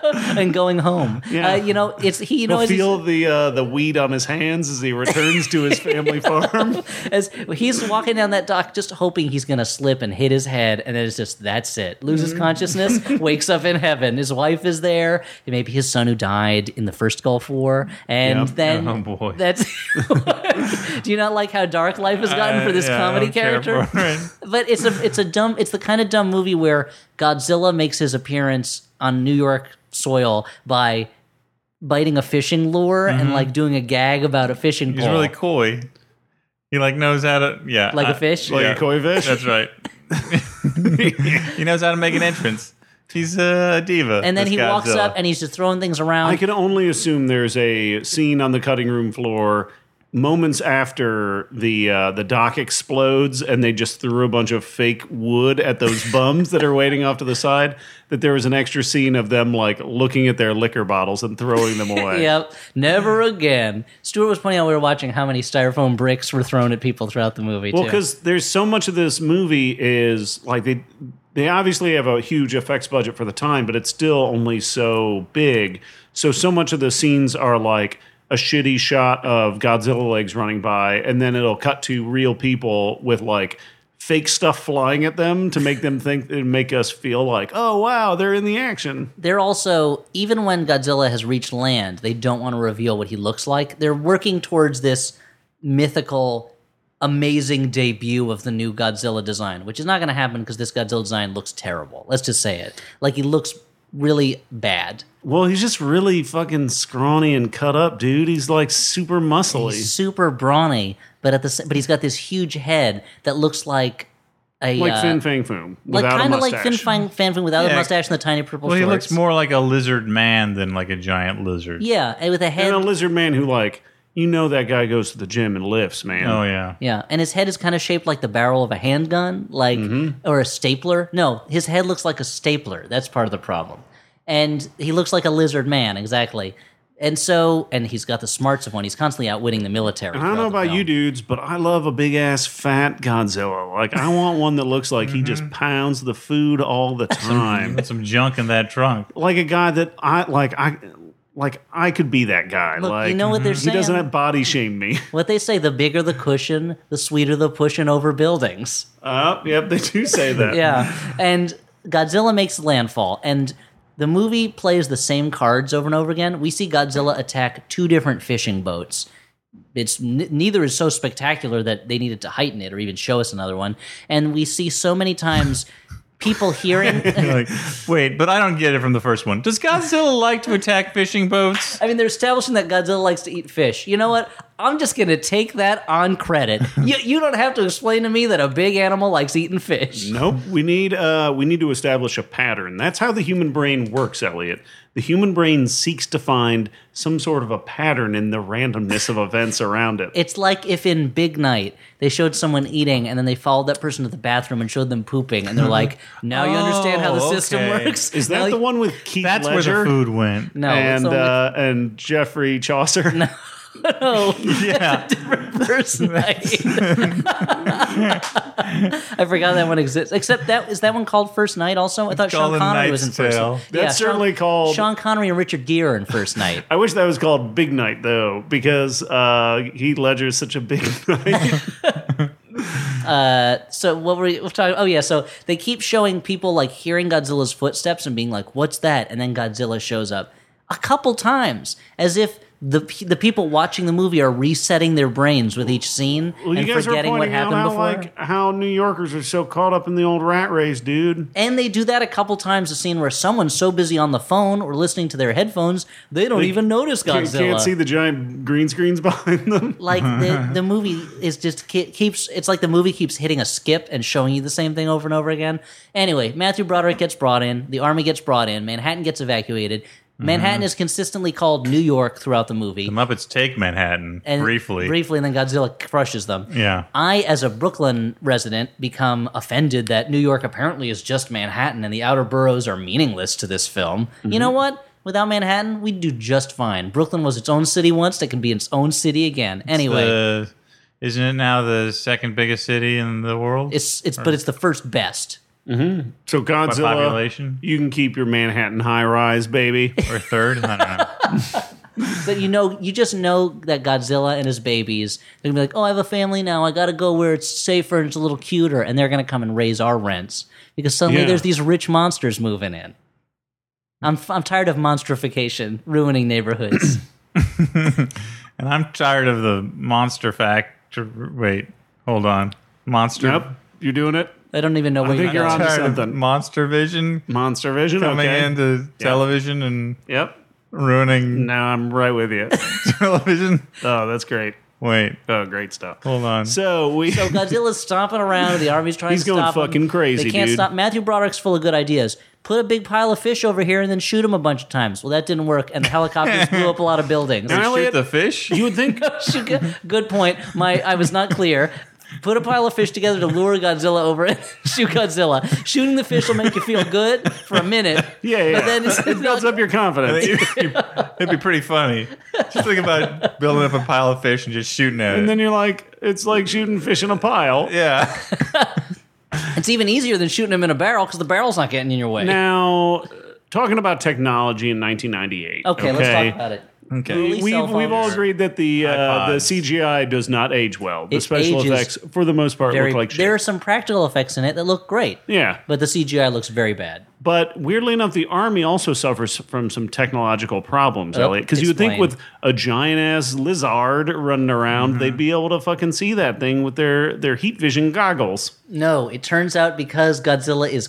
and going home. Yeah. Uh, you know, it's he you know He'll as, feel the uh, the weed on his hands as he returns to his family farm. as he's walking down that dock, just hoping he's gonna slip and hit his head, and then it's just that's it. Loses Mm. consciousness, wakes up in heaven. His wife is there, and maybe his son who died in the first Gulf War, and Yep. then Oh, boy. that's. Do you not like how dark life has gotten for this I- Uh, yeah, I comedy don't care character? for it. but it's a it's a dumb it's the kind of dumb movie where Godzilla makes his appearance on New York soil by biting a fishing lure and like doing a gag about a fishing Mm-hmm. He's pole. really coy. He like knows how to yeah, Like a a fish? Like a koi fish? That's right. he knows how to make an entrance. He's a diva. and then this he walks Godzilla. up and he's just throwing things around. I can only assume there's a scene on the cutting room floor moments after the uh, the dock explodes and they just threw a bunch of fake wood at those bums that are waiting off to the side that there was an extra scene of them like looking at their liquor bottles and throwing them away. Yep. Never again. Stuart was pointing out we were watching how many styrofoam bricks were thrown at people throughout the movie. Well, too. because there's so much of this movie is like they they obviously have a huge effects budget for the time, but it's still only so big. So so much of the scenes are like a shitty shot of Godzilla legs running by, and then it'll cut to real people with like. fake stuff flying at them to make them think and make us feel like, oh wow, they're in the action. They're also even when Godzilla has reached land, they don't want to reveal what he looks like. They're working towards this mythical amazing debut of the new Godzilla design, which is not going to happen because this Godzilla design looks terrible. Let's just say it. Like he looks really bad. Well, he's just really fucking scrawny and cut up, dude. He's like super muscly. He's super brawny, but at the sa- but he's got this huge head that looks like a like uh, Fin Fang Foom like without a kind of like mustache. Fin Fang Fanfin without a Yeah. mustache and the tiny purple Well, he shorts. looks more like a lizard man than like a giant lizard. yeah, and with a head and a lizard man who like you know that guy goes to the gym and lifts, man. Oh yeah. Yeah, and his head is kind of shaped like the barrel of a handgun, like Mm-hmm. or a stapler. No, his head looks like a stapler. That's part of the problem. And he looks like a lizard man, exactly. And so, and he's got the smarts of one. He's constantly outwitting the military. I don't know throughout the about you film. dudes, but I love a big ass fat Godzilla. Like I want one that looks like he Mm-hmm. just pounds the food all the time. Put some junk in that trunk. like a guy that I like I like I could be that guy. Look, like mm-hmm. you know what they're he saying. doesn't have body shame me. what they say: the bigger the cushion, the sweeter the pushing over buildings. Uh, yep, they do say that. yeah. And Godzilla makes landfall, and the movie plays the same cards over and over again. We see Godzilla attack two different fishing boats. It's n- neither is so spectacular that they needed to heighten it or even show us another one. And we see so many times people hearing. You're like, wait, but I don't get it from the first one. Does Godzilla like to attack fishing boats? I mean, they're establishing that Godzilla likes to eat fish. You know what? I'm just going to take that on credit. you, you don't have to explain to me that a big animal likes eating fish. Nope. We need uh, we need to establish a pattern. That's how the human brain works, Elliot. The human brain seeks to find some sort of a pattern in the randomness of events around it. It's like if in Big Night they showed someone eating and then they followed that person to the bathroom and showed them pooping and they're like, now you understand how the Oh, system okay. works. Is that Now the you- one with Keith That's Ledger where the food went. No, it's and the one uh, and Jeffrey Chaucer? with Yeah. the person I ate. I forgot that one exists. Except that is that one called First Night also? I called thought Sean A Connery Knight's was in First Tale. Night. That's certainly Sean, called- Sean Connery and Richard Gere are in First Night. I wish that was called Big Night though, because uh, Heath Ledger is such a big night. so what were we we're talking? Oh yeah, so they keep showing people like hearing Godzilla's footsteps and being like, "What's that?" And then Godzilla shows up a couple times, as if the pe- the people watching the movie are resetting their brains with each scene well, you and guys are forgetting pointing what out happened how, before. like, how New Yorkers are so caught up in the old rat race, dude. and they do that a couple times. A scene where someone's so busy on the phone or listening to their headphones, they don't even notice You Godzilla. can't see the giant green screens behind them. like the the movie is just ke- keeps it's like the movie keeps hitting a skip and showing you the same thing over and over again. Anyway, Matthew Broderick gets brought in, the army gets brought in, Manhattan gets evacuated. Manhattan is consistently called New York throughout Mm-hmm. the movie. Muppets take Manhattan And briefly. briefly, and then Godzilla crushes them. Yeah. I, as a Brooklyn resident, become offended that New York apparently is just Manhattan, and the outer boroughs are meaningless to this film. You know what? Without Manhattan, we'd do just fine. Brooklyn was its own city once; that can be its uh, own city again. Anyway, The- isn't it now the second biggest city in the world? It's it's but it's the first best. So Godzilla, population? you can keep your Manhattan high rise, baby. or third? I don't know. But you know, you just know that Godzilla and his babies, they're gonna be like, Oh, I have a family now, I gotta go where it's safer and it's a little cuter, and they're gonna come and raise our rents. Because suddenly Yeah. there's these rich monsters moving in. I'm I'm tired of monstrification ruining neighborhoods. And I'm tired of the monster factor. Wait, hold on. Monster. Yep, you're doing it. I don't even know what think you're you're I'm onto tired of something. monster vision Monster Vision. coming okay. into television and Yep. ruining Now I'm right with you. television. oh, that's great. Wait, Oh, great stuff. hold on. So we. Godzilla's stomping around. The army's trying He's to going stop him. fucking crazy, They can't dude. stop. Matthew Broderick's full of good ideas. Put a big pile of fish over here and then shoot him a bunch of times. Well, that didn't work, and the helicopters blew up a lot of buildings. Shoot Elliot, the fish. you would think She- Good point. My I was not clear. Put a pile of fish together to lure Godzilla over and shoot Godzilla. Shooting the fish will make you feel good for a minute. Yeah, yeah. But then it's- it builds up your confidence. It'd be pretty funny. Just think about building up a pile of fish and just shooting at and it. then you're like, it's like shooting fish in a pile. yeah. It's even easier than shooting him in a barrel because the barrel's not getting in your way. Now, talking about technology in 1998. okay, let's talk about it. Okay. Really? We've, cell we've all phones. agreed that the uh, the iPods. CGI does not age well. The It special ages effects, for the most part, Very, look like there are shit. some practical effects in it that look great, Yeah, but the CGI looks very bad. But weirdly enough, the army also suffers from some technological problems, Oh, Elliot. Because you would think explain. with a giant ass lizard running around, Mm-hmm. they'd be able to fucking see that thing with their their heat vision goggles. No, it turns out because Godzilla is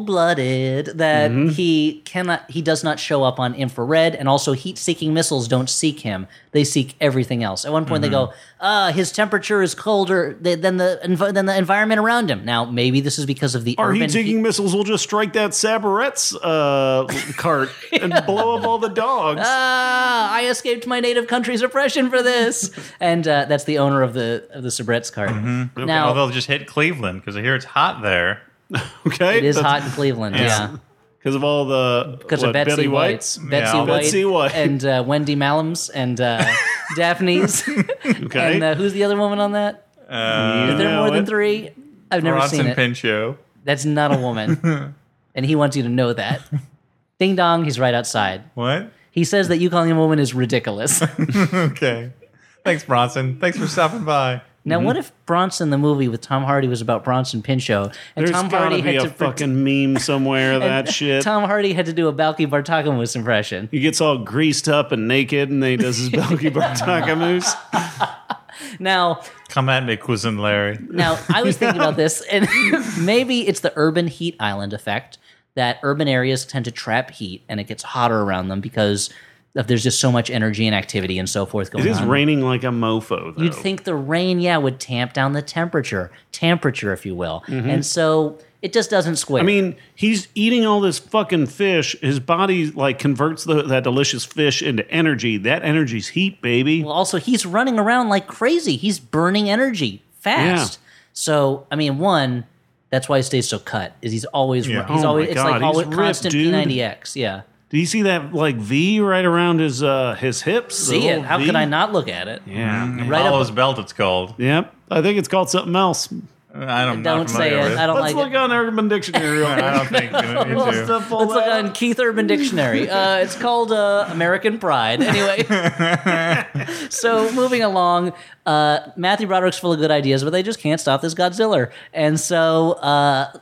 cold-blooded that he cannot he does not show up on infrared and also heat-seeking missiles don't seek him. They seek everything else. At one point they go, "Uh, his temperature is colder th- than the env- than the environment around him." Now, maybe this is because of the Our urban heat seeking heat- missiles will just strike that Saborette's uh, cart and blow up all the dogs. Ah, I escaped my native country's oppression for this. and uh, that's the owner of the of the Sabrette's card. Now, Well, they'll just hit Cleveland because I hear it's hot there. okay, it is hot in Cleveland. Yeah. because of all the because of what, Betsy Betty White's, White's. Betsy Yeah. White, Betsy White. and uh, Wendy Malams and uh, Daphne's, Okay, and uh, who's the other woman on that? You Is there know more than it. three? I've never seen Robson it. Pinchot. That's not a woman, and he wants you to know that. Ding dong, he's right outside. What? He says that you calling him a woman is ridiculous. Okay. Thanks, Bronson. Thanks for stopping by. now, what if Bronson the movie with Tom Hardy was about Bronson Pinchot, and There's Tom gotta Hardy be had a to pre- fucking meme somewhere of that shit. Tom Hardy had to do a Balky Bartakamus impression. He gets all greased up and naked, and then he does his Belky Bartaka moves. Now, Come at me, cousin Larry. Now, I was thinking about this, and maybe it's the urban heat island effect that urban areas tend to trap heat and it gets hotter around them because of there's just so much energy and activity and so forth going It is on. raining like a mofo, though. Um, You'd think the rain, yeah, would tamp down the temperature, temperature, if you will. And so it just doesn't square. Mm-hmm. I mean, he's eating all this fucking fish. His body like converts the, that delicious fish into energy. That energy's heat, baby. Well, also, he's running around like crazy. He's burning energy fast. So, I mean, one, that's why he stays so cut. Is he's always Yeah. he's Oh always my it's like God, he's always ripped, constant dude. P90X. Yeah, Do you see that like V right around his uh his hips? The see it. little How V? could I not look at it? Yeah. Right up- Hollow's belt, it's called. Yep. I think it's called something else. I don't. Don't say it. I don't Let's like look it. on Urban Dictionary. real I quick. don't think you need Let's to. uh, pull Let's look that on up. Keith Urban Dictionary. Uh, it's called uh, American Pride. Anyway, so moving along, uh, Matthew Broderick's full of good ideas, but they just can't stop this Godzilla. And so uh,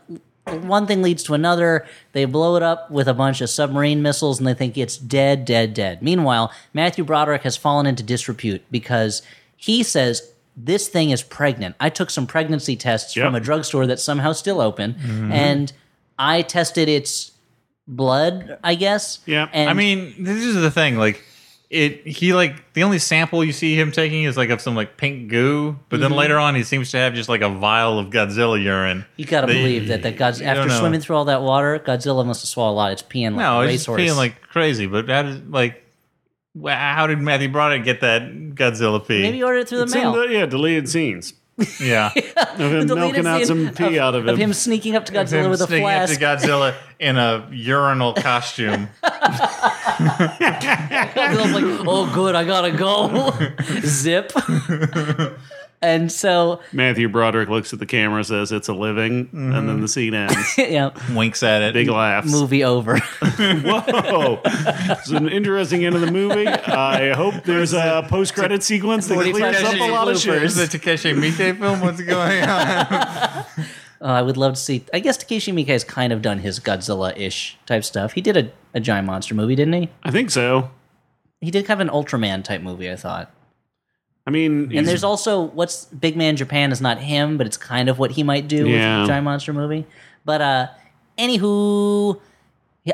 one thing leads to another. They blow it up with a bunch of submarine missiles, and they think it's dead, dead, dead. Meanwhile, Matthew Broderick has fallen into disrepute because he says. This thing is pregnant. I took some pregnancy tests Yep. from a drugstore that's somehow still open, and I tested its blood, I guess. Yeah. And I mean, this is the thing. Like, it. He like the only sample you see him taking is like of some like pink goo, but Mm-hmm. then later on he seems to have just like a vial of Godzilla urine. you gotta They- believe that that God's you don't after know. swimming through all that water, Godzilla must have swallowed a lot. It's peeing like No, a it's just racehorse. peeing like crazy. But how did like? wh- How did Matthew Broderick get that Godzilla pee? Maybe you ordered it through the It's in mail. the- yeah, deleted scenes yeah. of him Deleted milking out scene some pee out of him. Of him sneaking up to Godzilla Him with a sneaking up to flask. Godzilla in a urinal costume. Godzilla's like, oh, good, I gotta go. Zip. and so, Matthew Broderick looks at the camera, says it's a living, and then the scene ends. yeah, Winks at it. Big laughs. movie over. Whoa! it's an interesting end of the movie. I hope there's a post-credit sequence that 45 clears up a lot of shit. Is the Takeshi Miike film? What's going on? Uh, I would love to see. I guess Takeshi Miike has kind of done his Godzilla ish type stuff. He did a, a giant monster movie, didn't he? I think so. He did kind of an Ultraman type movie, I thought. I mean, And there's also what's Big Man Japan is not him, but it's kind of what he might do Yeah. with Giant Monster movie. But uh anywho,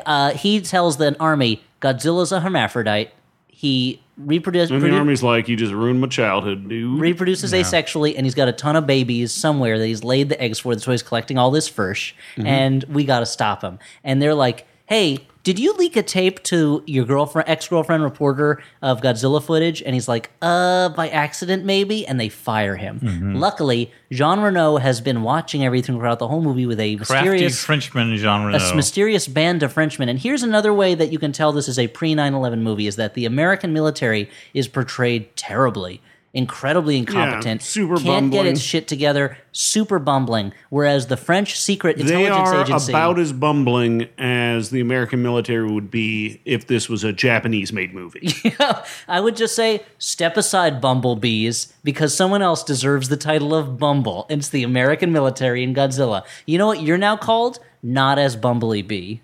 uh, he tells the army Godzilla's a hermaphrodite. He reproduce, and the produ- army's like, you just ruined my childhood, dude. reproduces asexually, and he's got a ton of babies somewhere that he's laid the eggs for. That's why he's collecting all this fish, and we got to stop him. And they're like, "Hey, did you leak a tape to your girlfriend, ex girlfriend, reporter of Godzilla footage?" And he's like, "Uh, by accident, maybe." And they fire him. Luckily, Jean Reno has been watching everything throughout the whole movie with a Crafty mysterious Frenchman genre. Oh. a mysterious band of Frenchmen. And here's another way that you can tell this is a pre 9 11 movie is that the American military is portrayed terribly. incredibly incompetent, super can't get bumbling. its shit together, super bumbling. Whereas the French secret They intelligence are agency, about as bumbling as the American military would be if this was a Japanese-made movie. I would just say, step aside, bumblebees, because someone else deserves the title of Bumble. It's the American military in Godzilla. You know what you're now called? Not as Bumbly Bee.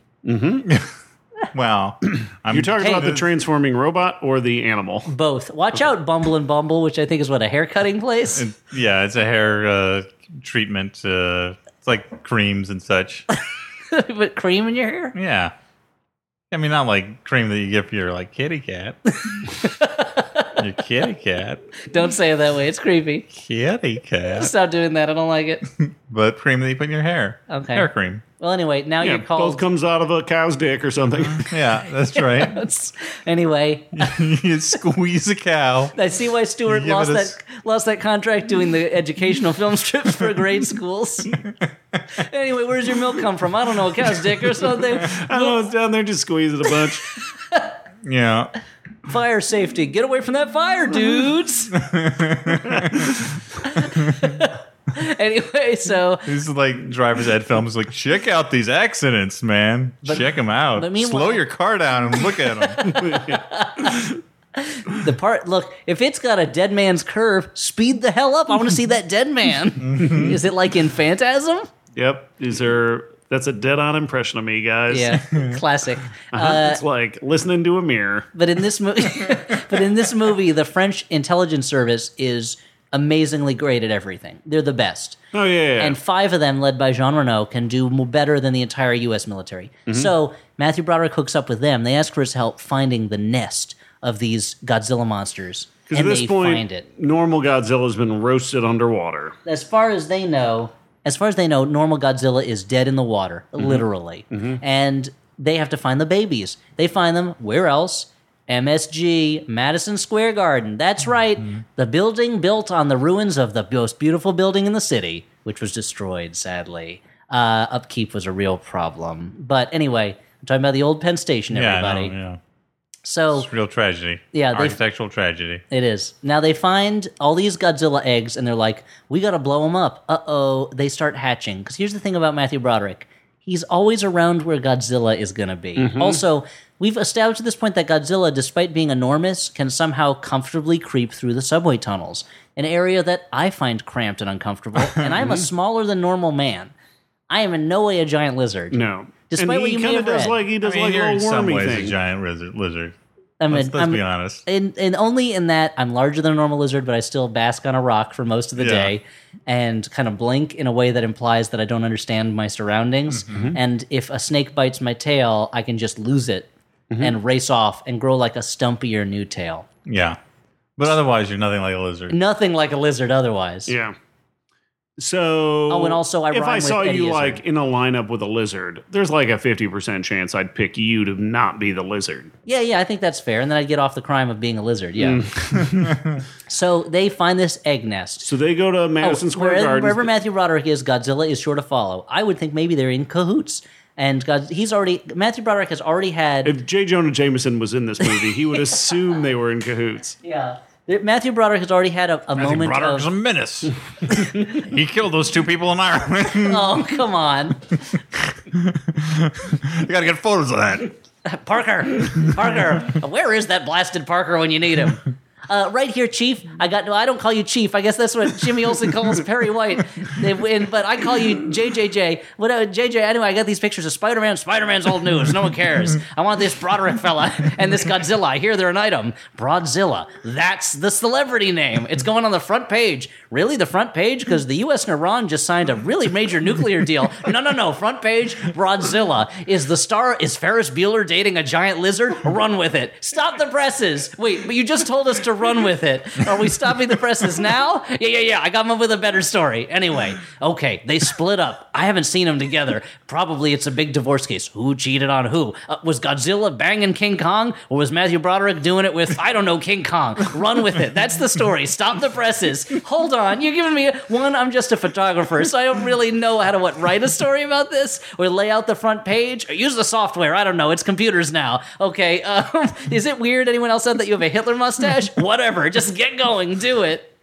Wow. I'm, You're talking Hey. about the transforming robot or the animal? Both. Watch out, Bumble and Bumble, which I think is what a haircutting place. yeah, it's a hair uh, treatment. Uh, it's like creams and such. Put cream in your hair. Yeah. I mean, not like cream that you get for your like kitty cat. your kitty cat, Don't say it that way. It's creepy. kitty cat, Stop doing that. I don't like it. but cream that you put in your hair. Okay. Hair cream. Well, anyway, now Yeah, you're called. both comes out of a cow's dick or something. Uh-huh. Yeah, that's right. anyway, you squeeze a cow. I see why Stewart You give lost it a that s- lost that contract doing the educational film strips for grade schools. anyway, where's your milk come from? I don't know, a cow's dick or something. I know it's down there, just squeeze it a bunch. Yeah. Fire safety. Get away from that fire, dudes. anyway, so These are like driver's ed films. Like, check out these accidents, man. Check 'em Check them out. but meanwhile- Slow your car down and look at them. the part look, if it's got a dead man's curve, speed the hell up. I want to see that dead Mm-hmm. man. Is it like in Phantasm? yep, these are. That's a dead-on impression of me, guys. Uh-huh. Yeah, classic. Uh, it's like listening to a mirror. but in this movie, but in this movie, the French intelligence service is amazingly great at everything. They're the best, Oh yeah, yeah, yeah. and five of them, led by Jean Renault, can do mo- better than the entire U.S. military. Mm-hmm. So Matthew Broderick hooks up with them. They ask for his help finding the nest of these Godzilla monsters, 'Cause at and this they point, find it. normal Godzilla's been roasted underwater. As far as they know, as far as they know, normal Godzilla is dead in the water, Mm-hmm. literally, and they have to find the babies. They find them where else? MSG, Madison Square Garden. That's Mm-hmm. right, the building built on the ruins of the most beautiful building in the city, which was destroyed, sadly. Uh, upkeep was a real problem. But anyway, I'm talking about the old Penn Station, Yeah, I know, everybody. yeah. So It's real tragedy. Yeah, they- Architectural tragedy. it is. Now they find all these Godzilla eggs and they're like, we gotta blow them up. Uh oh, they start hatching. Because here's the thing about Matthew Broderick he's always around where Godzilla is gonna be. Also, we've established at this point that Godzilla, despite being enormous, can somehow comfortably creep through the subway tunnels, an area that I find cramped and uncomfortable. and I'm a smaller than normal man. I am in no way a giant lizard. No, Despite and what he you may kinda have does read. like he I does mean, like you're in little some wormy ways thing. a giant lizard. lizard. I'm Let's, an- let's I'm- be honest. and and only in that I'm larger than a normal lizard, but I still bask on a rock for most of the Yeah. day and kind of blink in a way that implies that I don't understand my surroundings. And if a snake bites my tail, I can just lose it and race off and grow like a stumpier new tail. Yeah. But otherwise, you're nothing like a lizard. Nothing like a lizard otherwise. Yeah. So. Oh, and also I if rhyme I with saw Eddie you Izzard. like in a lineup with a lizard, there's like a fifty percent chance I'd pick you to not be the lizard. Yeah, yeah, I think that's fair. And then I'd get off the crime of being a lizard. Yeah. so they find this egg nest. So they go to Madison Square wherever, Garden. Oh, wherever Matthew Broderick is, Godzilla is sure to follow. I would think maybe they're in cahoots, and God, he's already Matthew Broderick has already had. if J. Jonah Jameson was in this movie, he would assume they were in cahoots. yeah, Matthew Broderick has already had a, a moment Broderick's of. a menace. he killed those two people in Ireland. Oh come on, you got to get photos of that. Parker! Parker, where is that blasted Parker when you need him? Uh, right here, Chief. I got no. I don't call you Chief. I guess that's what Jimmy Olsen calls Perry White. They win, but I call you JJJ. What uh, JJ? Anyway, I got these pictures of Spider Man. Spider Man's old news. No one cares. I want this Broderick fella and this Godzilla. I hear they're an item. Broadzilla. That's the celebrity name. It's going on the front page. Really, the front page? Because the U.S. and Iran just signed a really major nuclear deal. No, no, no. Front page. Broadzilla is the star. Is Ferris Bueller dating a giant lizard? Run with it. Stop the presses. Wait, but you just told us to run with it. Are we stopping the presses now? Yeah, yeah, yeah. I got up with a better story. Anyway, okay. They split up. I haven't seen them together. Probably it's a big divorce case. Who cheated on who? Uh, was Godzilla banging King Kong, or was Matthew Broderick doing it with I don't know King Kong? Run with it. That's the story. Stop the presses. Hold on. You're giving me one. I'm just a photographer, so I don't really know how to what write a story about this or lay out the front page or use the software. I don't know. It's computers now. Okay. Um, is it weird? Anyone else said that you have a Hitler mustache? whatever. Just get going. Do it.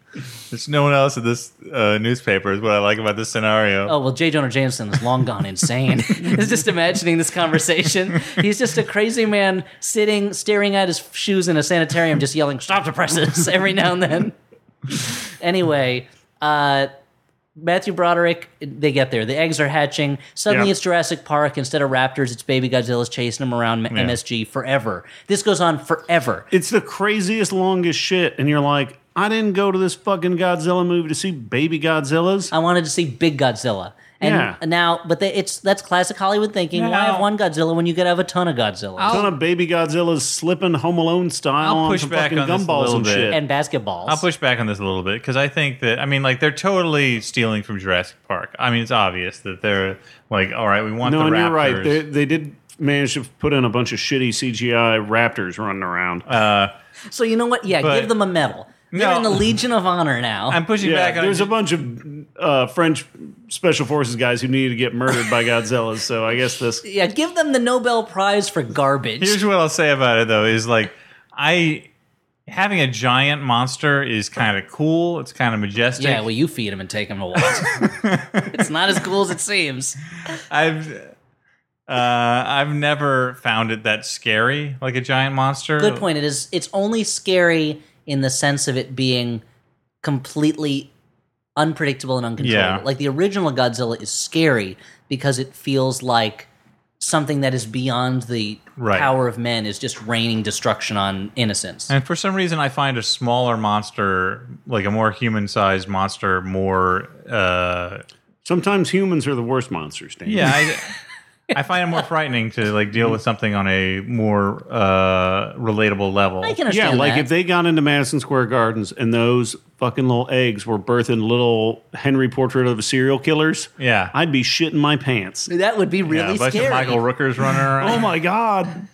There's no one else in this uh, newspaper is what I like about this scenario. Oh well, J. Jonah Jameson is long gone insane. He's just imagining this conversation. He's just a crazy man sitting, staring at his shoes in a sanitarium, just yelling "Stop the presses!" every now and then. anyway, uh, Matthew Broderick, they get there. The eggs are hatching. Suddenly, Yeah. it's Jurassic Park instead of raptors. It's baby Godzilla's chasing them around M- MSG forever. This goes on forever. It's the craziest, longest shit, and you're like, I didn't go to this fucking Godzilla movie to see baby Godzillas. I wanted to see big Godzilla. And Yeah. now, but they, it's that's classic Hollywood thinking. Why No. have one Godzilla when you could have a ton of Godzilla? A ton of baby Godzillas slipping Home Alone style I'll on push some back fucking on this a gumballs little and bit. shit. and basketballs. I'll push back on this a little bit because I think that I mean, like they're totally stealing from Jurassic Park. I mean, it's obvious that they're like, all right, we want no, the and raptors. you're right. They, they did manage to put in a bunch of shitty CGI raptors running around. Uh, so you know what? Yeah, But- give them a medal. They're No. in the Legion of Honor now. I'm pushing yeah, back on. there's a bunch of uh, French special forces guys who needed to get murdered by Godzillas. So I guess this. yeah, give them the Nobel Prize for garbage. Here's what I'll say about it though is like I having a giant monster is kind of cool. It's kind of majestic. yeah, well, you feed them and take them to watch. it's not as cool as it seems. I've uh, I've never found it that scary, like a giant monster. Good point. It is. It's only scary in the sense of it being completely unpredictable and uncontrollable. Yeah. Like the original Godzilla is scary because it feels like something that is beyond the Right. power of men is just raining destruction on innocence. And for some reason, I find a smaller monster, like a more human-sized monster, more. Uh, Sometimes humans are the worst monsters. Dan. yeah, I, I find it more frightening to like deal with something on a more uh, relatable level. I can Yeah, understand like that. if they got into Madison Square Gardens and those fucking little eggs were birthing little Henry portrait of serial killers, Yeah. I'd be shitting my pants. That would be yeah, really a bunch scary. of Michael Rookers running around. Oh my god,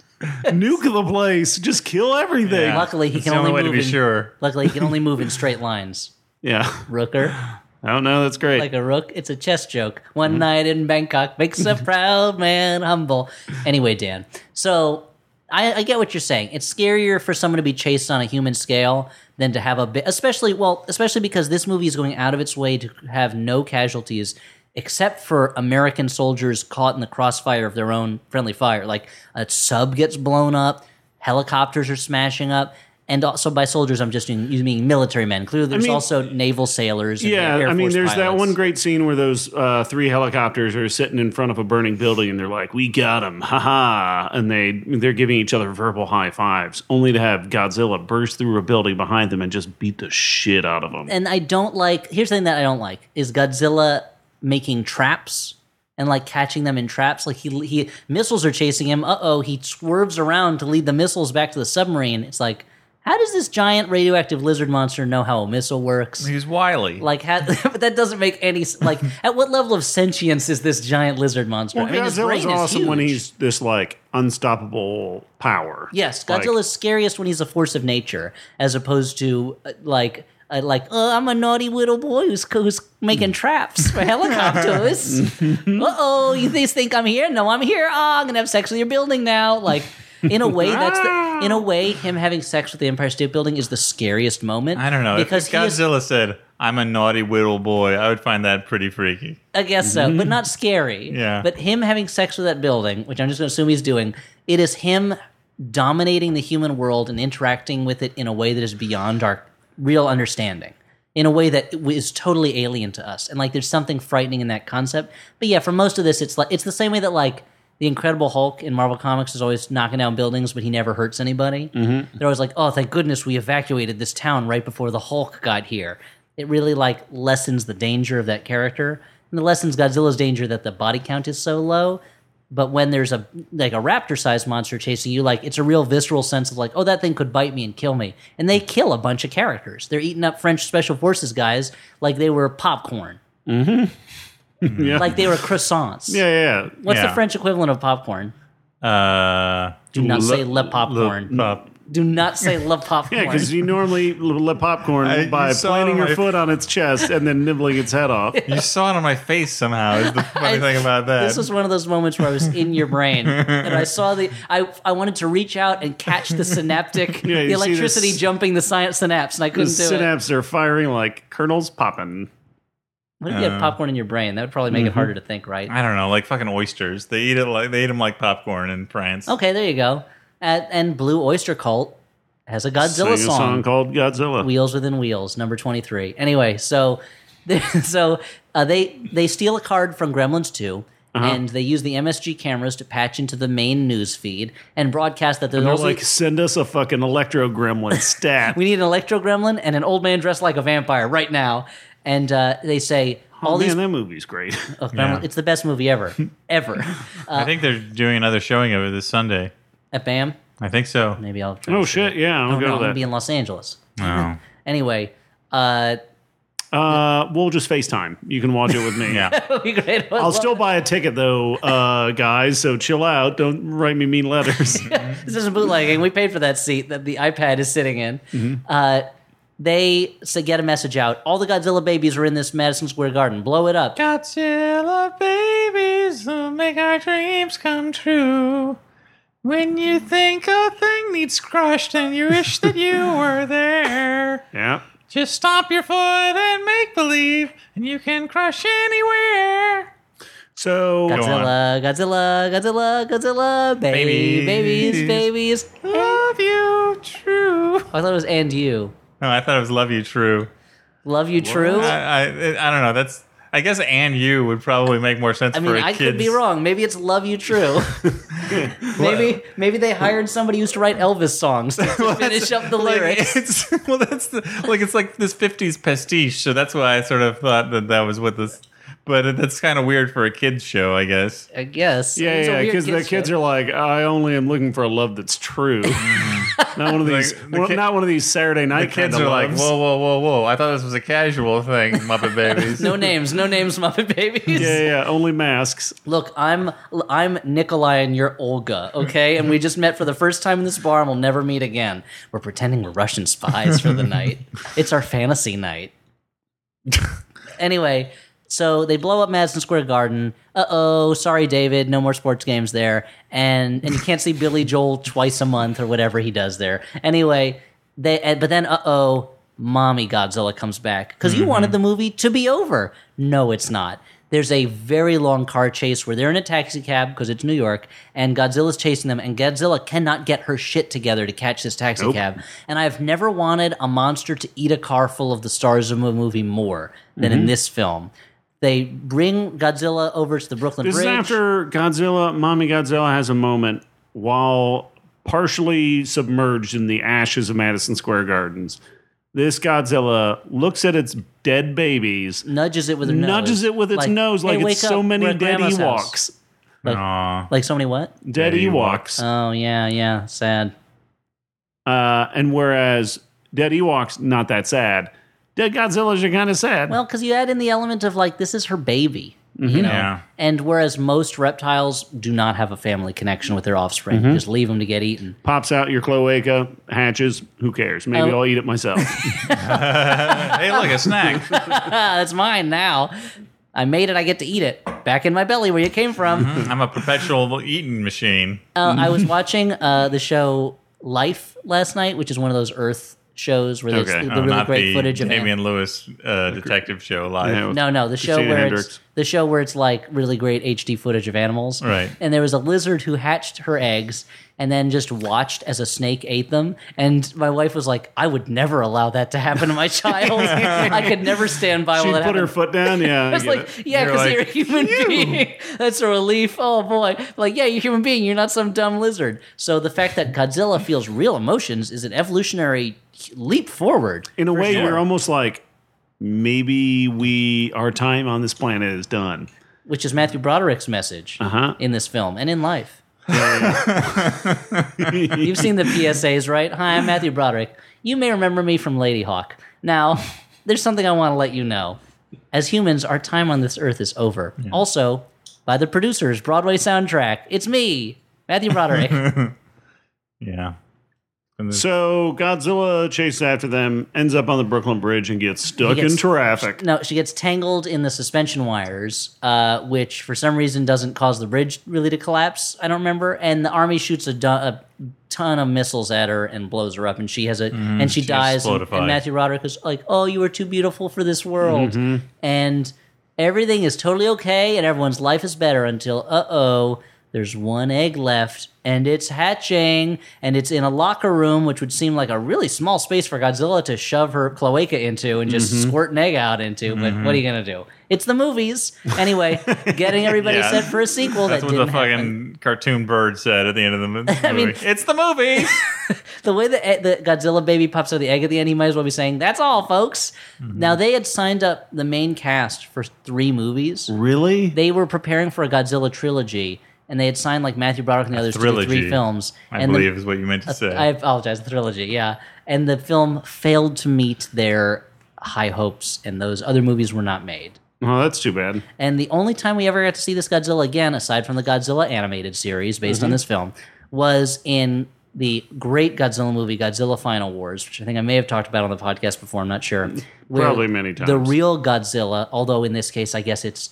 nuke the place, just kill everything. Yeah. Yeah, Luckily, he It's can the only only way to move be in- sure. Luckily, he can only move in straight lines. Rooker, I don't know. That's great. like a rook, it's a chess joke. One night in Bangkok makes a proud man humble. Anyway, Dan, so I, I get what you're saying. It's scarier for someone to be chased on a human scale than to have a bit, especially well, especially because this movie is going out of its way to have no casualties. Except for American soldiers caught in the crossfire of their own friendly fire. Like a sub gets blown up, helicopters are smashing up, and also by soldiers, I'm just doing, you mean military men. Clearly, there's mean- also naval sailors. And yeah, Air I mean, Force there's that pilots. one great scene where those uh, three helicopters are sitting in front of a burning building, and they're like, "We got him, haha!" And they they're giving each other verbal high fives, only to have Godzilla burst through a building behind them and just beat the shit out of them. and I don't like. Here's the thing that I don't like is Godzilla making traps and like catching them in traps. Like he he missiles are chasing him. Uh oh, he swerves around to lead the missiles back to the submarine. It's like, how does this giant radioactive lizard monster know how a missile works? He's wily. Like, how, but that doesn't make any s- like. at what level of sentience is this giant lizard monster? Well, I mean, his brain is Godzilla's awesome when huge. he's this like unstoppable power. Yes, Like, Godzilla's scariest when he's a force of nature, as opposed to uh, like uh, like oh, I'm a naughty little boy who's who's making traps for helicopters. uh oh, you guys think I'm here? No, I'm here. Ah, I'm gonna have sex with your building now. Like. In a way, that's the, in a way him having sex with the Empire State Building is the scariest moment. I don't know. because if he is- Godzilla said, "I'm a naughty whittle boy," I would find that pretty freaky. I guess so, but not scary. Yeah. But him having sex with that building, which I'm just going to assume he's doing, it is him dominating the human world and interacting with it in a way that is beyond our real understanding, in a way that is totally alien to us. And like, there's something frightening in that concept. But yeah, for most of this, it's like it's the same way that like. The Incredible Hulk in Marvel Comics is always knocking down buildings, but he never hurts anybody. They're always like, "Oh, thank goodness we evacuated this town right before the Hulk got here." It really like lessens the danger of that character, and it lessens Godzilla's danger that the body count is so low. But when there's a like a raptor-sized monster chasing you, like it's a real visceral sense of like, "Oh, that thing could bite me and kill me," and they kill a bunch of characters. They're eating up French special forces guys like they were popcorn, mm-hmm. Yeah. like they were croissants. Yeah, yeah. yeah. What's the Yeah. French equivalent of popcorn? Uh, Do not Le- say le popcorn. pop- Do not say love popcorn. Yeah, because you normally love popcorn I- by you saw planting your my- foot on its chest and then nibbling its head off. You saw it on my face somehow. Is the funny I- thing about that? This was one of those moments where I was in your brain and I saw the. I, I wanted to reach out and catch the synaptic, Yeah, you the see electricity this- jumping the science synapse, and I The couldn't do it. synapses are firing like kernels popping. What if you had popcorn in your brain? That would probably Mm-hmm. make it harder to think, right? I don't know, like fucking oysters. They eat it like they eat them like popcorn in France. Okay, there you go. And, and Blue Oyster Cult has a Godzilla Sing a song called Godzilla. Wheels Within Wheels, number twenty three. Anyway, so so uh, they they steal a card from Gremlins 2 Uh-huh. and they use the MSG cameras to patch into the main news feed and broadcast that there's They're also like, send us a fucking electro gremlin stat. we need an electro gremlin and an old man dressed like a vampire right now. And uh, they say all oh, man, these that movie's great. oh, Gremlin- Yeah. it's the best movie ever, ever. I think they're doing another showing of it this Sunday. At BAM, I think so. maybe I'll. Try oh to see shit, it. yeah, I'll Oh, no, I'm go gonna to be in Los Angeles. No. Anyway, uh, that. Uh, we'll just FaceTime. You can watch it with me. Yeah. that would be great. I'll still buy a ticket though, uh, guys. So chill out. Don't write me mean letters. this isn't bootlegging. We paid for that seat that the iPad is sitting in. Mm-hmm. Uh, they say, get a message out. All the Godzilla babies are in this Madison Square Garden. Blow it up. Godzilla babies will make our dreams come true. When you think a thing needs crushed and you wish that you were there, yeah. just stomp your foot and make believe, and you can crush anywhere. So Go on. Godzilla, Godzilla, Godzilla, Godzilla, baby, babies, Babies. babies. Love you, true. I thought it was and you. No, Oh, I thought it was love you, true. Love you, true. I, I, I, I don't know. That's I guess and you would probably make more sense for mean, a I kid's could be wrong. Maybe it's love you, true. maybe maybe they hired somebody who used to write Elvis songs to finish up the Like, lyrics. it's well, that's the, like it's like this '50s pastiche. So that's why I sort of thought that that was what this. But that's kind of weird for a kids show, I guess. I guess. yeah, It's a yeah, weird because the kids kids show. are like, I only am looking for a love that's true. not one of these. Like, the well, ki- not one of these Saturday The night kids kinda are like, loves. whoa, whoa, whoa, whoa! I thought this was a casual thing, Muppet Babies. no names, no names, Muppet Babies. Yeah, yeah, only masks. Look, I'm I'm Nikolai and you're Olga, okay? And we just met for the first time in this bar and we'll never meet again. We're pretending we're Russian spies for the night. It's our fantasy night. anyway, so they blow up Madison Square Garden. Uh oh, sorry, David, no more sports games there. And and you can't see Billy Joel twice a month or whatever he does there. Anyway, they and- but then uh oh, mommy Godzilla comes back because you wanted the movie to be over. No, it's not. There's a very long car chase where they're in a taxi cab because it's New York, and Godzilla's chasing them, and Godzilla cannot get her shit together to catch this taxi Nope. cab. And I've never wanted a monster to eat a car full of the stars of a movie more than Mm-hmm. in this film. They bring Godzilla over to the Brooklyn This Bridge. is after Godzilla, Mommy Godzilla has a moment while partially submerged in the ashes of Madison Square Gardens. This Godzilla looks at its dead babies, nudges it with her nudges nose. it with its nose "Hey, like wake it's up, so we're many at dead Grandma's house." Ewoks. Aw. Like so many what? Dead Dead Ewoks. Oh yeah, yeah, sad. Uh, and whereas dead Ewoks, not that sad. Dead Godzilla's are kind of sad. Well, because you add in the element of like this is her baby, Mm-hmm. you know. Yeah. And whereas most reptiles do not have a family connection with their offspring, Mm-hmm. just leave them to get eaten. Pops out your cloaca, hatches. Who cares? Maybe Oh. I'll eat it myself. hey, look, a snack. Ah, that's mine now. I made it. I get to eat it. Back in my belly where you came from. Mm, I'm a perpetual eating machine. Uh, I Mm-hmm. was watching uh, the show Life last night, which is one of those Earth shows where there's Okay. the, Oh, the really not great the footage of Damian animals. Lewis uh, detective show live. Yeah. No, no, the show Christina where Hendricks. it's the show where it's like really great HD footage of animals. Right. And there was a lizard who hatched her eggs and then just watched as a snake ate them. And my wife was like, "I would never allow that to happen to my child. I could never stand by she while put that her happened." foot down. Yeah, I I was get like, it. yeah, You're because like, you're a human being. That's a relief. Oh boy. Like, yeah, you're a human being. You're not some dumb lizard. So the fact that Godzilla feels real emotions is an evolutionary leap forward. in a way sure. you're almost like maybe we our time on this planet is done which is Matthew Broderick's message Uh-huh. in this film and in life. You've seen the PSAs, right? Hi, I'm Matthew Broderick. You may remember me from Lady Hawk. Now, there's something I want to let you know. As humans, our time on this earth is over. Also, by the producers, Broadway soundtrack, it's me, Matthew Broderick. Yeah. And the- So Godzilla chases after them, ends up on the Brooklyn Bridge, and gets stuck He gets- in traffic. No, she gets tangled in the suspension wires, uh, which for some reason doesn't cause the bridge really to collapse. I don't remember. And the army shoots a, do- a ton of missiles at her and blows her up, and she has a and she, dies. And, explodified. and Matthew Roderick is like, "Oh, you were too beautiful for this world," and everything is totally okay, and everyone's life is better until uh oh. There's one egg left, and it's hatching, and it's in a locker room, which would seem like a really small space for Godzilla to shove her cloaca into and just Mm-hmm. squirt an egg out into. But what are you gonna do? It's the movies, anyway. Getting everybody Yeah. set for a sequel That's that what the didn't fucking happen. cartoon bird said at the end of the mo- movie. mean- it's the movie. the way the, e- the Godzilla baby pops out of the egg at the end, he might as well be saying, "That's all, folks." Mm-hmm. Now they had signed up the main cast for three movies. Really? They were preparing for a Godzilla trilogy, and they had signed like Matthew Broderick and the others to do trilogy, three films. I and the- believe is what you meant to say. I apologize, the trilogy, yeah. And the film failed to meet their high hopes, and those other movies were not made. Oh, that's too bad. And the only time we ever got to see this Godzilla again, aside from the Godzilla animated series based Mm-hmm. on this film, was in the great Godzilla movie, Godzilla Final Wars, which I think I may have talked about on the podcast before. I'm not sure. where Probably many The times. real Godzilla, although in this case, I guess it's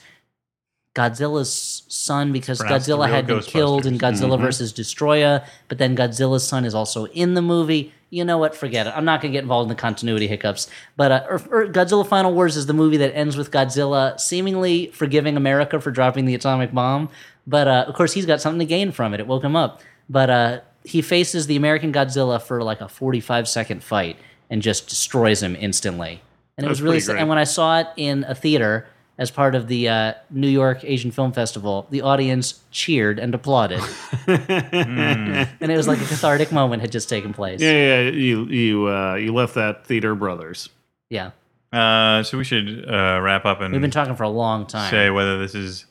Godzilla's son because Pronounced the Godzilla real had been killed in Godzilla Mm-hmm. versus Destroya, but then Godzilla's son is also in the movie. You know what? Forget it. I'm not going to get involved in the continuity hiccups. But uh, or, or Godzilla Final Wars is the movie that ends with Godzilla seemingly forgiving America for dropping the atomic bomb. But uh, of course, he's got something to gain from it. It woke him up. But uh, he faces the American Godzilla for like a 45 second fight and just destroys him instantly. And it was really pretty sad. great. And when I saw it in a theater as part of the uh, New York Asian Film Festival, the audience cheered and applauded. And it was like a cathartic moment had just taken place. Yeah, yeah. yeah. You you uh, you left that theater brothers. Yeah. uh, so we should uh, wrap up and We've been talking for a long time. say whether this is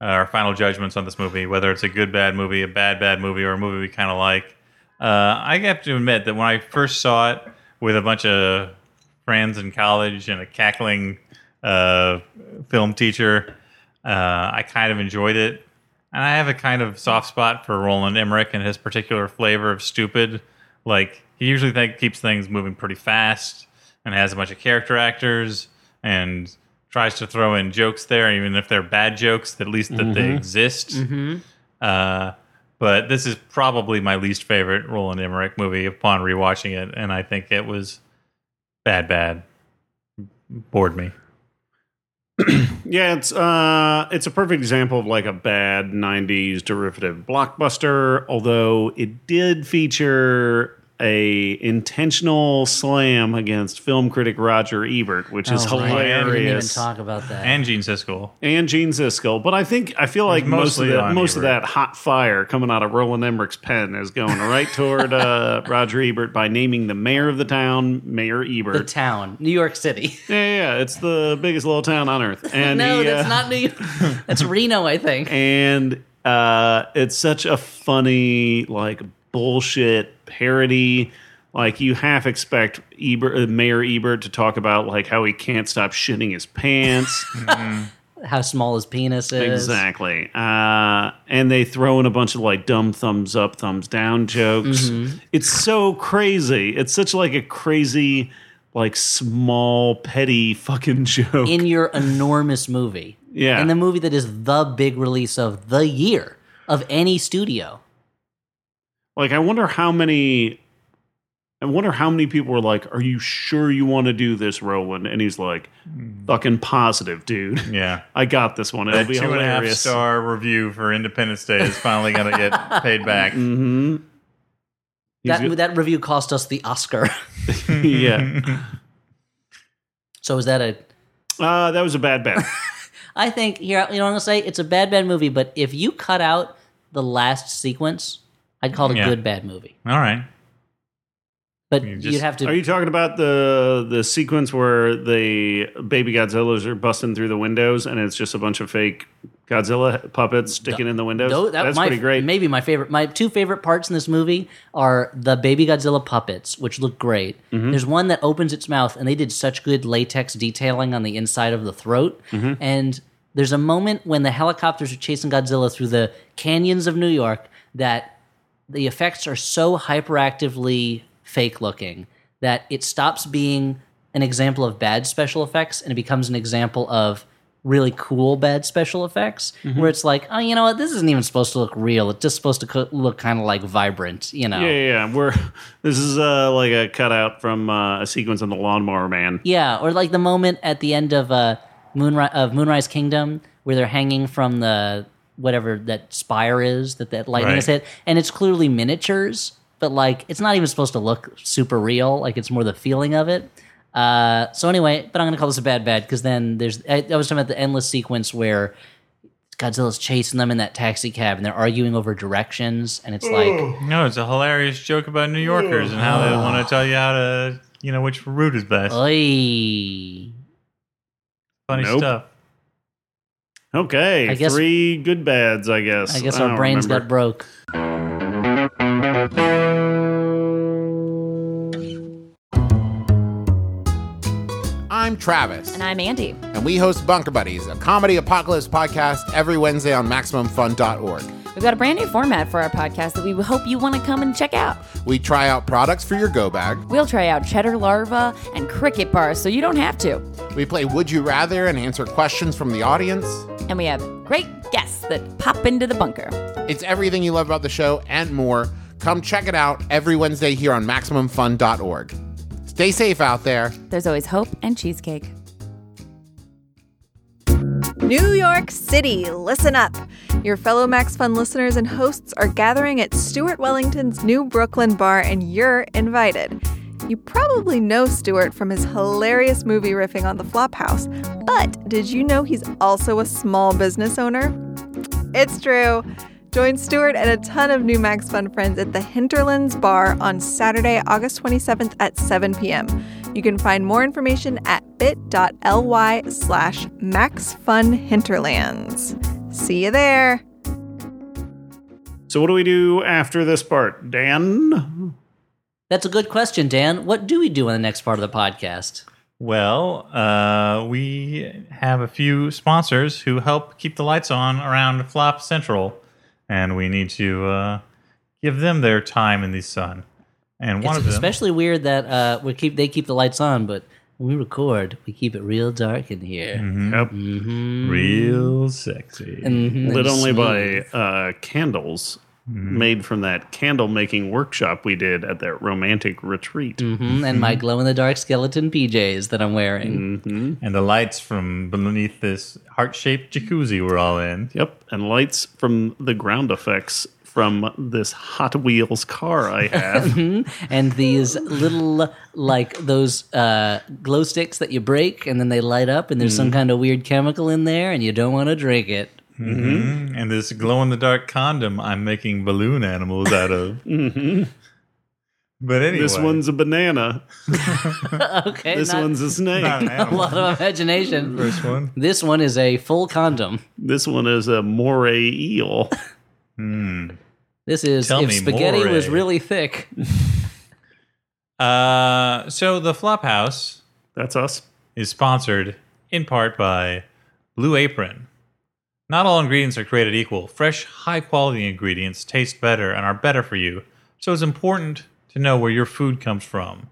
uh, our final judgments on this movie, whether it's a good bad movie, a bad bad movie, or a movie we kind of like. Uh, I have to admit that when I first saw it with a bunch of friends in college and a cackling uh, film teacher, uh, I kind of enjoyed it. And I have a kind of soft spot for Roland Emmerich and his particular flavor of stupid. Like he usually think, keeps things moving pretty fast and has a bunch of character actors and tries to throw in jokes there, even if they're bad jokes. At least that they exist. Uh, but this is probably my least favorite Roland Emmerich movie upon rewatching it, and I think it was bad, bad, bored me. Yeah, it's uh, it's a perfect example of like a bad '90s derivative blockbuster. Although it did feature a intentional slam against film critic Roger Ebert, which is Oh, right. We didn't even hilarious. talk about that. And Gene Siskel. and Gene Siskel. But I think I feel like most of mostly that on most of Ebert. that hot fire coming out of Roland Emmerich's pen is going right toward uh, Roger Ebert by naming the mayor of the town Mayor the Ebert. town, New York City. yeah, yeah, yeah, it's the biggest little town on earth. And no, he, that's uh, not New York. That's Reno, I think. And uh, it's such a funny like bullshit parody. Like you half expect Ebert, uh, Mayor Ebert to talk about like how he can't stop shitting his pants. How small his penis is. Exactly. Uh, and they throw in a bunch of like dumb thumbs up, thumbs down jokes. Mm-hmm. It's so crazy. It's such like a crazy, like small, petty fucking joke. In your enormous movie. Yeah. In the movie that is the big release of the year of any studio. like, I wonder how many. I wonder how many people were like, "Are you sure you want to do this, Roland?" And he's like, "Fucking positive, dude. Yeah. I got this one. It'll That be Hmm. two and a half hilarious." star review for Independence Day is finally going to get paid back. hmm That, that review cost us the Oscar. yeah, so is that a uh, that was a bad bet. I think here, you know what I'm gonna say? It's a bad, bad movie. But if you cut out the last sequence, I'd call it a Yeah. good, bad movie. All right. But You you just- would have to. Are you talking about the the sequence where the baby Godzillas are busting through the windows and it's just a bunch of fake Godzilla puppets sticking in the windows? Tho- that- That's my- pretty great. Maybe my favorite, my two favorite parts in this movie are the baby Godzilla puppets, which look great. Mm-hmm. There's one that opens its mouth, and they did such good latex detailing on the inside of the throat. Mm-hmm. And there's a moment when the helicopters are chasing Godzilla through the canyons of New York that the effects are so hyperactively fake looking that it stops being an example of bad special effects and it becomes an example of really cool bad special effects Mm-hmm. where it's like oh you know what this isn't even supposed to look real it's just supposed to co- look kind of like vibrant you know Yeah, yeah, yeah. We're this is uh, like a cutout from uh, a sequence on the Lawnmower Man. Yeah, or like the moment at the end of uh, Moonrise of Moonrise Kingdom where they're hanging from the whatever that spire is that that lightning Right. has hit, and it's clearly miniatures, but like it's not even supposed to look super real. Like it's more the feeling of it. Uh, so anyway, but I'm gonna call this a bad bad because then there's I, I was talking about the endless sequence where Godzilla's chasing them in that taxi cab and they're arguing over directions, and it's like No, it's a hilarious joke about New Yorkers and how they want to tell you how to, you know, which route is best. Oy. Funny Uh, Nope. stuff. Okay, I guess- three good bads, I guess. I guess don't our brains remember. got broke. I'm Travis, And I'm Andy. and we host Bunker Buddies, a comedy apocalypse podcast every Wednesday on MaximumFun.org. We've got a brand new format for our podcast that we hope you want to come and check out. We try out products for your go bag, We'll try out cheddar larva and cricket bars so you don't have to. we play Would You Rather and answer questions from the audience. And we have great guests that pop into the bunker. It's everything you love about the show and more. Come check it out every Wednesday here on MaximumFun.org. Stay safe out there. There's always hope and cheesecake. New York City, listen up. Your fellow Max Fun listeners and hosts are gathering at Stuart Wellington's new Brooklyn bar, and you're invited. You probably know Stuart from his hilarious movie riffing on the Flophouse, but did you know he's also a small business owner? It's true. Join Stuart and a ton of new Max Fun friends at the Hinterlands Bar on Saturday, August 27th at 7 p.m. You can find more information at bit.ly slash maxfunhinterlands. See you there. So what do we do after this part, Dan? That's a good question, Dan. What do we do in the next part of the podcast? Well, uh, we have a few sponsors who help keep the lights on around Flop Central, and we need to uh, give them their time in the sun. And one It's of them, especially weird that uh, we keep they keep the lights on, but when we record, we keep it real dark in here. Mm-hmm. Yep. real sexy. Mhm, Lit and only by smooth. uh, candles made from that candle making workshop we did at that romantic retreat. Mhm, and Mm-hmm. my glow in the dark skeleton PJs that I'm wearing. and the lights from beneath this heart-shaped jacuzzi we're all in. Yep, and lights from the ground effects from this Hot Wheels car I have. And these little like those uh, glow sticks that you break and then they light up and there's Mm. some kind of weird chemical in there and you don't want to drink it. And this glow in the dark condom I'm making balloon animals out of. mm-hmm. But anyway, this one's a banana. Okay. This not one's a snake. not an a animal. lot of imagination. This one. this one is a full condom. This one is a moray eel. This is Tell if me spaghetti more, was eh? really thick. Uh, so the Flophouse That's us. is sponsored in part by Blue Apron. Not all ingredients are created equal. Fresh, high quality ingredients taste better and are better for you, so it's important to know where your food comes from.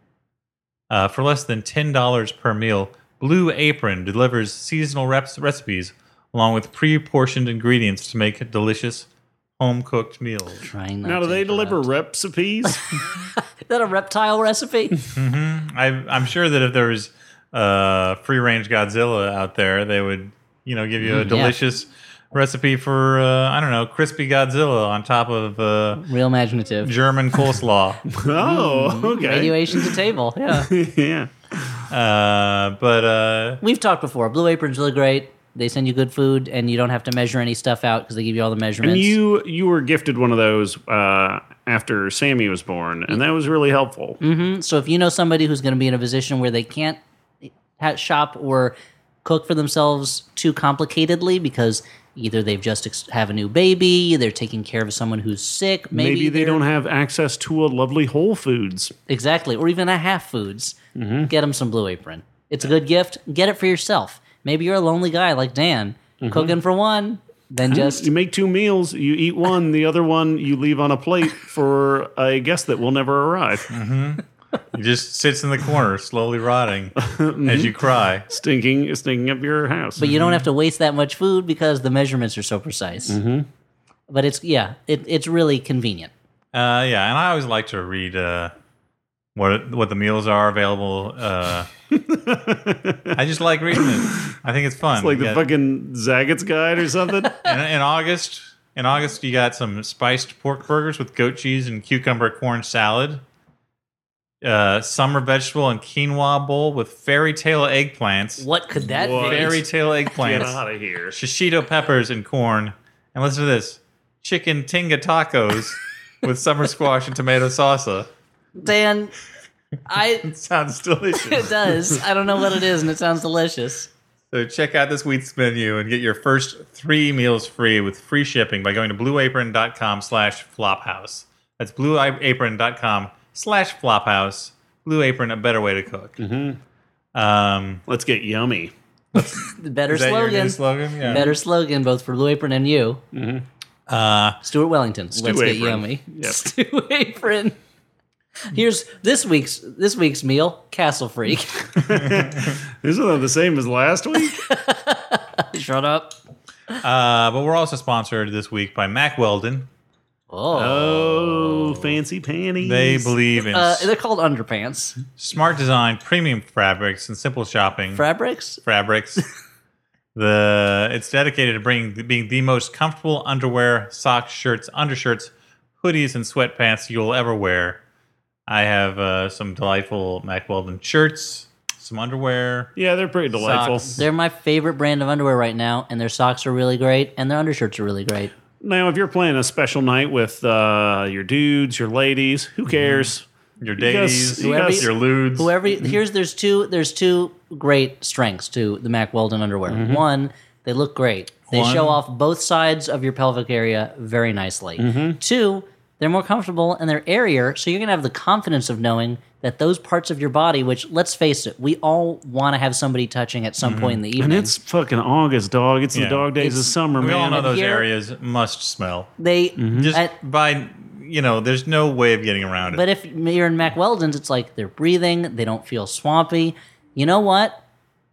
Uh, for less than $10 per meal, Blue Apron delivers seasonal reps- recipes along with pre portioned ingredients to make delicious home cooked meals. Trying not Now, to do they interrupt. deliver recipes? Is that a reptile recipe? I, I'm sure that if there was uh, free range Godzilla out there, they would, you know, give you Mm-hmm. a delicious recipe for, uh, I don't know, crispy Godzilla on top of uh, Real imaginative. German coleslaw. Mm-hmm. oh, okay. Radiation to table. Yeah. yeah. uh, but uh, We've talked before. Blue Apron's really great. They send you good food and you don't have to measure any stuff out because they give you all the measurements. And you you were gifted one of those uh, after Sammy was born, and that was really helpful. so if you know somebody who's going to be in a position where they can't ha- shop or cook for themselves too complicatedly because either they've just ex- have a new baby, they're taking care of someone who's sick, maybe, Maybe, they they're- don't have access to a lovely Whole Foods. Exactly. Or even a half foods. Get them some Blue Apron. It's a good gift. Get it for yourself. Maybe you're a lonely guy like Dan, cooking for one. Then just you make two meals, you eat one, the other one you leave on a plate for a guest that will never Hmm. arrive. He just sits in the corner, slowly rotting Mm-hmm. as you cry. Stinking, stinking up your house. but you don't have to waste that much food because the measurements are so precise. But it's yeah, it, it's really convenient. Uh, yeah, and I always like to read uh, what what the meals are available. Uh, I just like reading it. I think it's fun. like the Yeah. fucking Zagat's guide or something. in, in August, in August, you got some spiced pork burgers with goat cheese and cucumber corn salad. Uh, summer vegetable and quinoa bowl with fairy tale eggplants. What could that What? be? Fairy tale Get eggplants. out of here. shishito peppers and corn. And listen to this chicken tinga tacos with summer squash and tomato salsa. Dan, I Sounds it delicious. does. I don't know what it is, and it sounds delicious. so check out this week's menu and get your first three meals free with free shipping by going to blueapron.com slash flophouse. That's blueapron.com slash flophouse. Blue Apron, a better way to cook. Um, Let's get yummy. The better is that your new slogan, slogan? Yeah. better slogan, both for Blue Apron and you. Uh, Stuart Wellington. Let's get Apron. yummy. Yep. Stew Apron. Here's this week's this week's meal, Castle Freak. Isn't that the same as last week? Shut up. uh, but we're also sponsored this week by Mac Weldon. Oh. oh, fancy panties. They believe in Uh, they're called underpants. smart design, premium fabrics, and simple shopping. Fabrics? fabrics. the it's dedicated to bringing being the most comfortable underwear, socks, shirts, undershirts, hoodies, and sweatpants you'll ever wear. I have uh, some delightful Mac Weldon shirts, some underwear. Yeah, they're pretty delightful. Socks. They're my favorite brand of underwear right now, and their socks are really great, and their undershirts are really great. Now, if you're playing a special night with uh, your dudes, your ladies, who cares? Your You gotta- Mhm. days, you gotta- your lewds. Whoever here's there's two there's two great strengths to the Mac Weldon underwear. One, they look great. They One. show off both sides of your pelvic area very nicely. Two, they're more comfortable and they're airier, so you're gonna have the confidence of knowing that those parts of your body, which let's face it, we all want to have somebody touching at some point in the And evening. it's fucking August, dog. It's the Yeah. dog days of summer, we man. all know those Here- areas must smell. they Just I- by you know, there's no way of getting around it. But if you're in Mac Weldon's, it's like they're breathing, they don't feel swampy. You know what?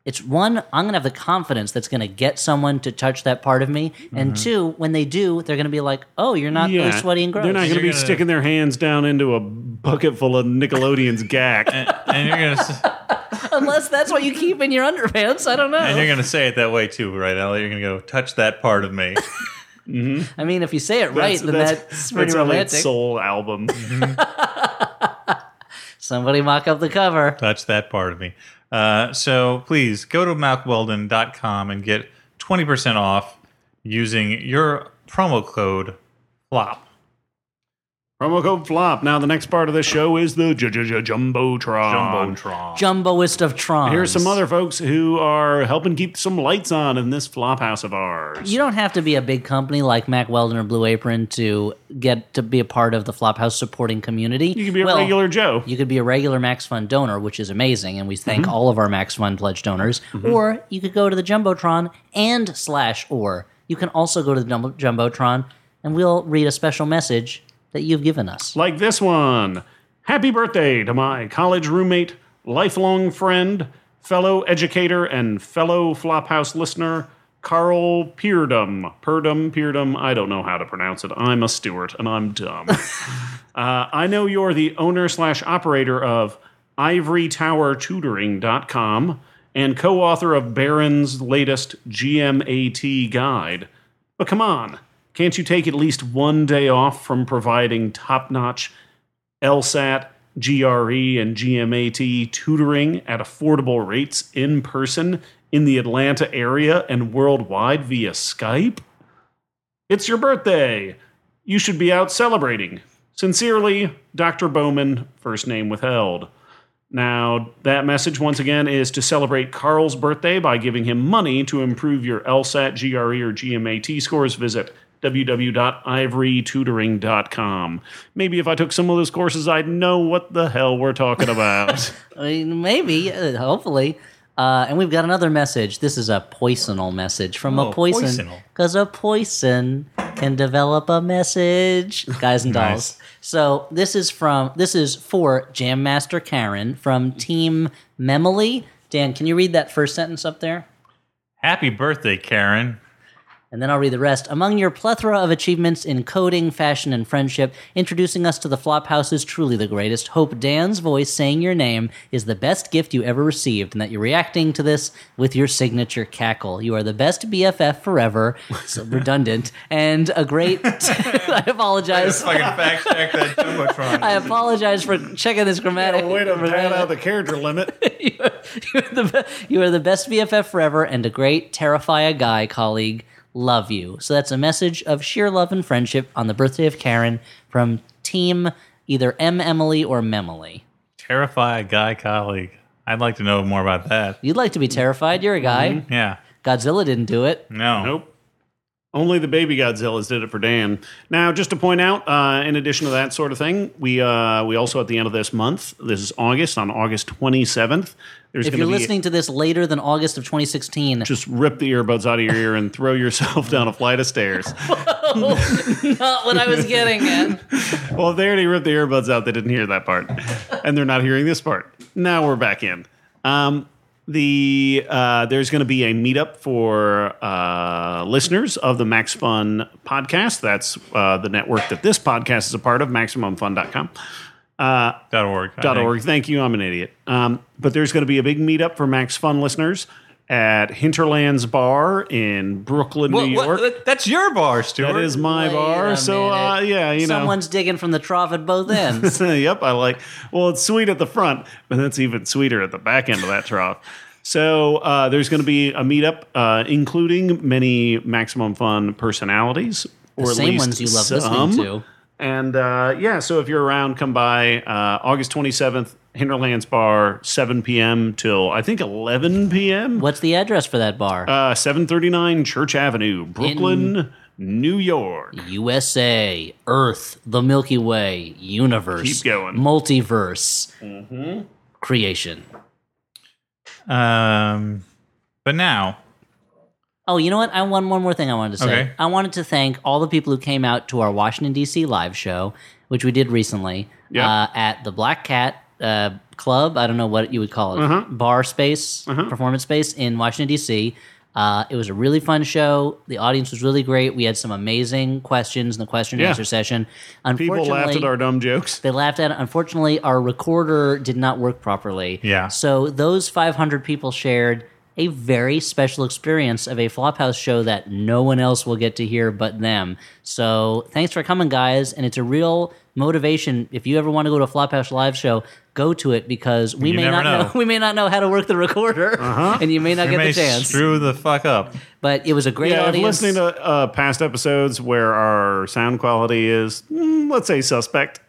It's one, I'm going to have the confidence that's going to get someone to touch that part of me. Mm-hmm. And two, when they do, they're going to be like, oh, you're not really sweaty and gross. They're not going to You're be gonna- sticking their hands down into a bucket full of Nickelodeon's gack. and you're gonna s- Unless that's what you keep in your underpants. I don't and you're know. gonna say it that way too, right, Ellie? You're gonna go touch that part of me. I mean, if you say it right, then that's, pretty that's Elliot's romantic. soul album. Mm-hmm. Somebody mock up the cover. Touch that part of me. Uh, so please go to malcweldon.com and get 20% off using your promo code FLOP. Promo code flop. Now the next part of the show is the j- j- j- jumbotron. Jumbotron. Jumboist of Tron. Here's some other folks who are helping keep some lights on in this flop house of ours. You don't have to be a big company like Mac Weldon or Blue Apron to get to be a part of the Flophouse supporting community. You can be a regular Joe. You could be a regular Max Fund donor, which is amazing, and we thank all of our Max Fund pledge donors. Or you could go to the Jumbotron and slash or. You can also go to the Jumbo- Jumbotron, and we'll read a special message that you've given us. like this one. Happy birthday to my college roommate, lifelong friend, fellow educator, and fellow Flophouse listener, Carl Peerdum. Perdum, Peerdum, I don't know how to pronounce it. I'm a Stewart, and I'm dumb. uh, I know you're the owner slash operator of ivorytowertutoring.com and co-author of Barron's latest GMAT guide. But come on, can't you take at least one day off from providing top notch LSAT, GRE, E, and GMAT tutoring at affordable rates in person in the Atlanta area and worldwide via Skype? It's your birthday. You should be out celebrating. Sincerely, Dr. Bowman, first name withheld. Now, that message once again is to celebrate Carl's birthday by giving him money to improve your LSAT, GRE, E, or GMAT scores. Visit www.ivorytutoring.com. Maybe if I took some of those courses, I'd know what the hell we're talking about. I mean, maybe, uh, hopefully. Uh, and we've got another message. This is a poisonal message from Oh, a poison. poisonal. Because a poison can develop a message. Guys and dolls. So this is from this is for Jam Master Karen from Team Memely. Dan, can you read that first sentence up there? Happy birthday, Karen. And then I'll read the rest. Among your plethora of achievements in coding, fashion, and friendship, introducing us to the Flophouse is truly the greatest. Hope Dan's voice saying your name is the best gift you ever received, and that you're reacting to this with your signature cackle. You are the best BFF forever, so redundant, and a great. I apologize. Fucking fact check that jumbotron. I apologize for checking this grammatic. Way to pad out the character limit. you, are, you are the be- you are the best BFF forever and a great terrify a guy colleague. Love you. So that's a message of sheer love and friendship on the birthday of Karen from Team either M Emily or Memily. Terrify a guy colleague. I'd like to know more about that. You'd like to be terrified? You're a guy. Mm-hmm. Yeah. Godzilla didn't do it. No. Nope. Only the baby Godzillas did it for Dan. Now, just to point out, uh, in addition to that sort of thing, we uh, we also at the end of this month, this is August, on August 27th, there's If going to you're be listening to this later than August of 2016, just rip the earbuds out of your ear and throw yourself down a flight of stairs. not what I was getting at. Well, if they already ripped the earbuds out. They didn't hear that part, and they're not hearing this part. Now we're back in. Um, the uh, there's going to be a meetup for uh, listeners of the Max Fun podcast. That's uh, the network that this podcast is a part of. MaximumFun.com. Dot org. I Dot think. org. Thank you. I'm an idiot. Um, but there's going to be a big meetup for Max Fun listeners at Hinterlands Bar in Brooklyn, What- New what- York. that- that's your bar, Stuart. that is my Wait bar. a So uh, minute. yeah, you know. Someone's digging from the trough at both ends. yep, I like. Well, it's sweet at the front, but that's even sweeter at the back end of that trough. So uh, there's going to be a meetup, uh, including many maximum fun personalities, or at Same least ones you love some. listening to. And uh, yeah, so if you're around, come by uh, August 27th, Hinterlands Bar, 7 p.m. till I think 11 p.m. What's the address for that bar? Uh, 739 Church Avenue, Brooklyn, New York. USA, Earth, the Milky Way, universe, Keep going. multiverse, creation. Um, but now, Oh, you know what? I one one more thing I wanted to say. Okay. I wanted to thank all the people who came out to our Washington D.C. live show, which we did recently Yeah. uh, at the Black Cat uh, Club. I don't know what you would call it, Mm-hmm. bar space, performance space in Washington D.C. Uh, it was a really fun show. The audience was really great. We had some amazing questions in the question and Yeah. answer session. People laughed Unfortunately- at our dumb jokes. They laughed at it. Unfortunately, our recorder did not work properly. Yeah. So those 500 people shared a very special experience of a Flophouse show that no one else will get to hear but them. So thanks for coming, guys. And it's a real motivation. If you ever want to go to a Flophouse live show, go to it because we You may never not know. know. Uh-huh. we may not know how to work the recorder, and you may not you get may the chance. screw the fuck up. but it was a great Yeah, if audience. listening to uh, past episodes where our sound quality is, mm, let's say, suspect,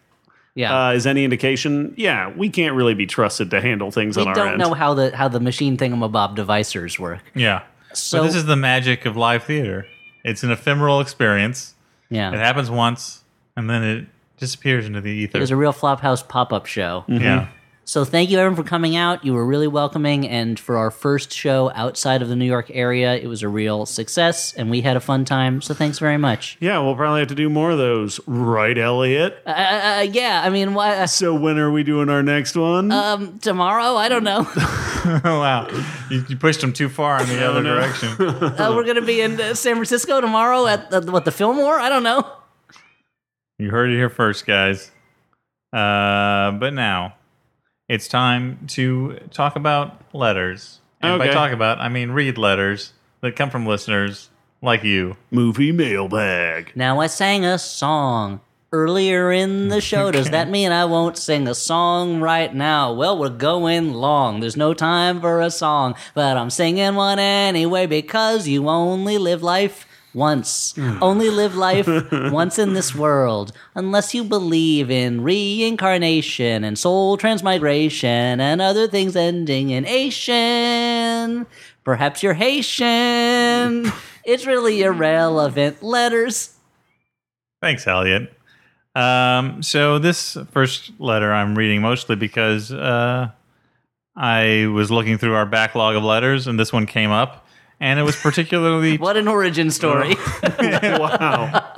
yeah. uh, is any indication, yeah, we can't really be trusted to handle things we on our don't end. know how the how the machine thingamabob devicers work. Yeah. So- but this is the magic of live theater. It's an ephemeral experience. Yeah. It happens once, and then it disappears into the ether. It was a real Flophouse pop up show. yeah. So thank you everyone for coming out. You were really welcoming, and for our first show outside of the New York area, it was a real success, and we had a fun time. So thanks very much. yeah, we'll probably have to do more of those, right, Elliot? Uh, yeah, I mean, why uh, so when are we doing our next one? um, tomorrow? I don't know. Oh wow, you, you pushed him too far in the other no. direction. uh, we're gonna be in uh, San Francisco tomorrow at the, what the Fillmore? I don't know. You heard it here first, guys. Uh, but now it's time to talk about letters, and by Okay. talk about I mean read letters that come from listeners like you. Movie mailbag. Now I sang a song earlier in the show. Does that mean I won't sing a song right now? Well, we're going long. There's no time for a song, but I'm singing one anyway because you only live life once. only live life once in this world unless you believe in reincarnation and soul transmigration and other things ending in Asian. Perhaps you're Haitian. It's really irrelevant. Letters. Thanks, Elliot. Um, so this first letter I'm reading mostly because uh, I was looking through our backlog of letters, and this one came up, and it was particularly What an origin story. wow.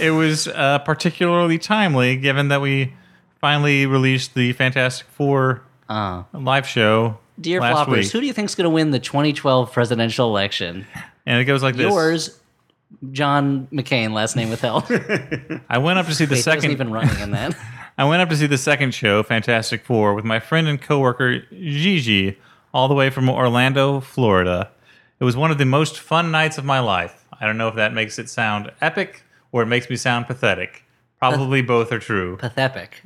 it was uh, particularly timely, given that we finally released the Fantastic Four Ah. live show Dear last floppers, week, who do you think's going to win the 2012 presidential election? and it goes like this. Yours, John McCain, last name withheld. Wait, I went up to see the he wasn't second. even running in that. I went up to see the second show, Fantastic Four, with my friend and coworker Gigi, all the way from Orlando, Florida. It was one of the most fun nights of my life. I don't know if that makes it sound epic or it makes me sound pathetic. Probably both are true. Pathetic.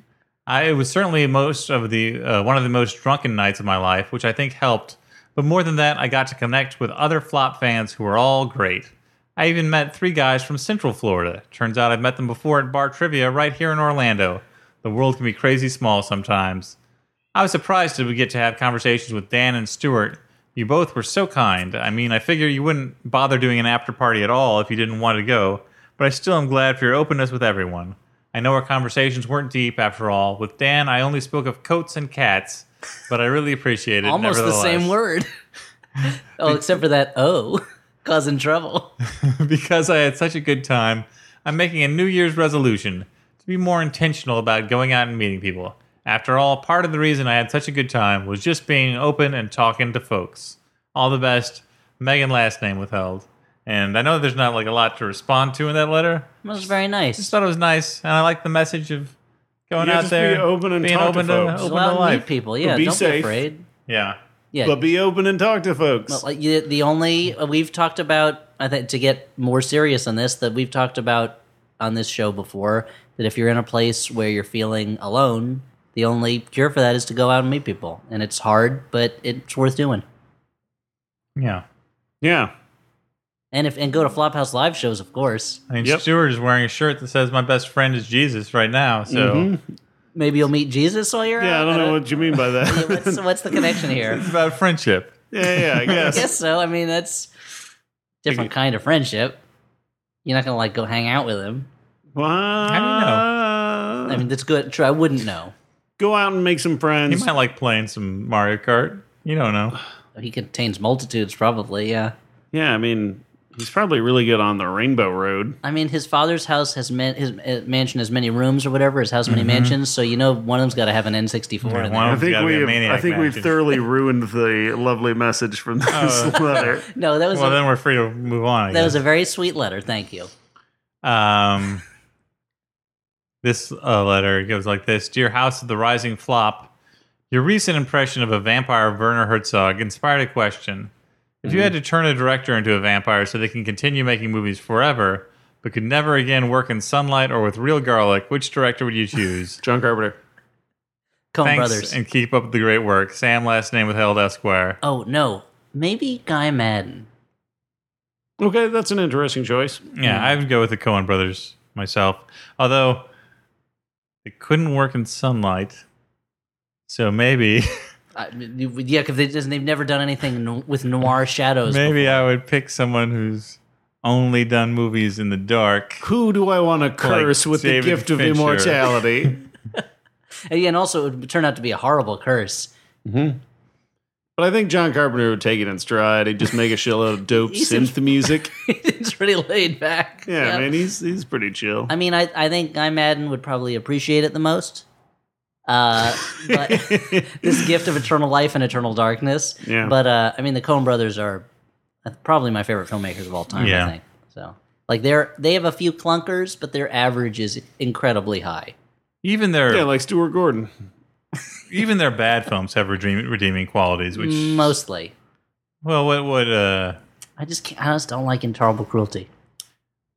I, it was certainly most of the uh, one of the most drunken nights of my life, which I think helped. But more than that, I got to connect with other flop fans who were all great. I even met three guys from Central Florida. Turns out I've met them before at bar trivia right here in Orlando. The world can be crazy small sometimes. I was surprised to get to have conversations with Dan and Stuart. You both were so kind. I mean, I figure you wouldn't bother doing an after party at all if you didn't want to go, but I still am glad for your openness with everyone. I know our conversations weren't deep after all. With Dan, I only spoke of coats and cats, but I really appreciate it. Almost the same nevertheless. word. oh, except for that O, causing trouble. because I had such a good time, I'm making a New Year's resolution to be more intentional about going out and meeting people. After all, part of the reason I had such a good time was just being open and talking to folks. All the best, Megan last name withheld. And I know there's not like a lot to respond to in that letter. That was very Just nice. thought it was nice, and I like the message of going Yeah, out just be there, open and being talk to open folks. open Go out to and meet life. people. Yeah, be don't be safe. afraid. Yeah, Yeah, But be open and talk to folks. Well, like, you- the only uh, we've talked about, I think, to get more serious on this, that we've talked about on this show before, that if you're in a place where you're feeling alone, the only cure for that is to go out and meet people, and it's hard, but it's worth doing. yeah. yeah. And if and go to Flophouse live shows, of course. I mean, Yep. Stuart is wearing a shirt that says "My best friend is Jesus" right now, so. Mm-hmm. Maybe you'll meet Jesus while you're Yeah, I out. don't know what you mean by that. uh, what's what's the connection here. It's about friendship. yeah, yeah, I I guess. guess so. I mean, that's different kind of friendship. You're not gonna like go hang out with him. Wow. How I mean, that's good. True, I wouldn't know. Go out and make some He friends. might like playing some Mario Kart. You don't know. He contains multitudes, probably. Yeah. Yeah, I mean, he's probably really good on the Rainbow Road. I mean, his father's house has man- his uh, mansion has many rooms or whatever. His house many mansions, so you know one of them's got to have an N64. in Mm-hmm. one there. of- It's gotta be a have- Maniac Mansion. thoroughly ruined the lovely message from this Oh. letter. No, that was Well, a, then we're free to move on. I that was guess. a very sweet letter. Thank you. um, this uh, letter goes like this: Dear House of the Rising Flop, your recent impression of a vampire Werner Herzog inspired a question. If Mm-hmm. you had to turn a director into a vampire so they can continue making movies forever, but could never again work in sunlight or with real garlic, which director would you choose? John Carpenter. Coen Thanks Brothers. and keep up the great work. Sam, last name withheld, Esquire. oh no, maybe Guy Madden. Okay, that's an interesting choice. Yeah, I would go with the Cohen brothers myself. Although they couldn't work in sunlight, so maybe I, mean, you- yeah, because they, they've never done anything no- with noir shadows. maybe I would pick someone who's only done movies in the dark. Who do I want to curse with David the gift of Fincher. immortality? And, yeah, and also it would turn out to be a horrible curse. but I think John Carpenter would take it in stride. He'd just make a shitload of dope He's in- synth music. it's pretty laid back. Yeah, man, he's he's pretty chill. I mean, I, I think Guy Madden would probably appreciate it the most. Uh, but this gift of eternal life and eternal darkness. Yeah. But uh, I mean, the Coen Brothers are uh, probably my favorite filmmakers of all time. Yeah. I think so. Like they're they have a few clunkers, but their average is incredibly high. Even their yeah, like Stuart Gordon. even their bad films have redeem, redeeming qualities. Which Mm. Mostly, well, what would uh, I just can't, I just don't like intolerable cruelty.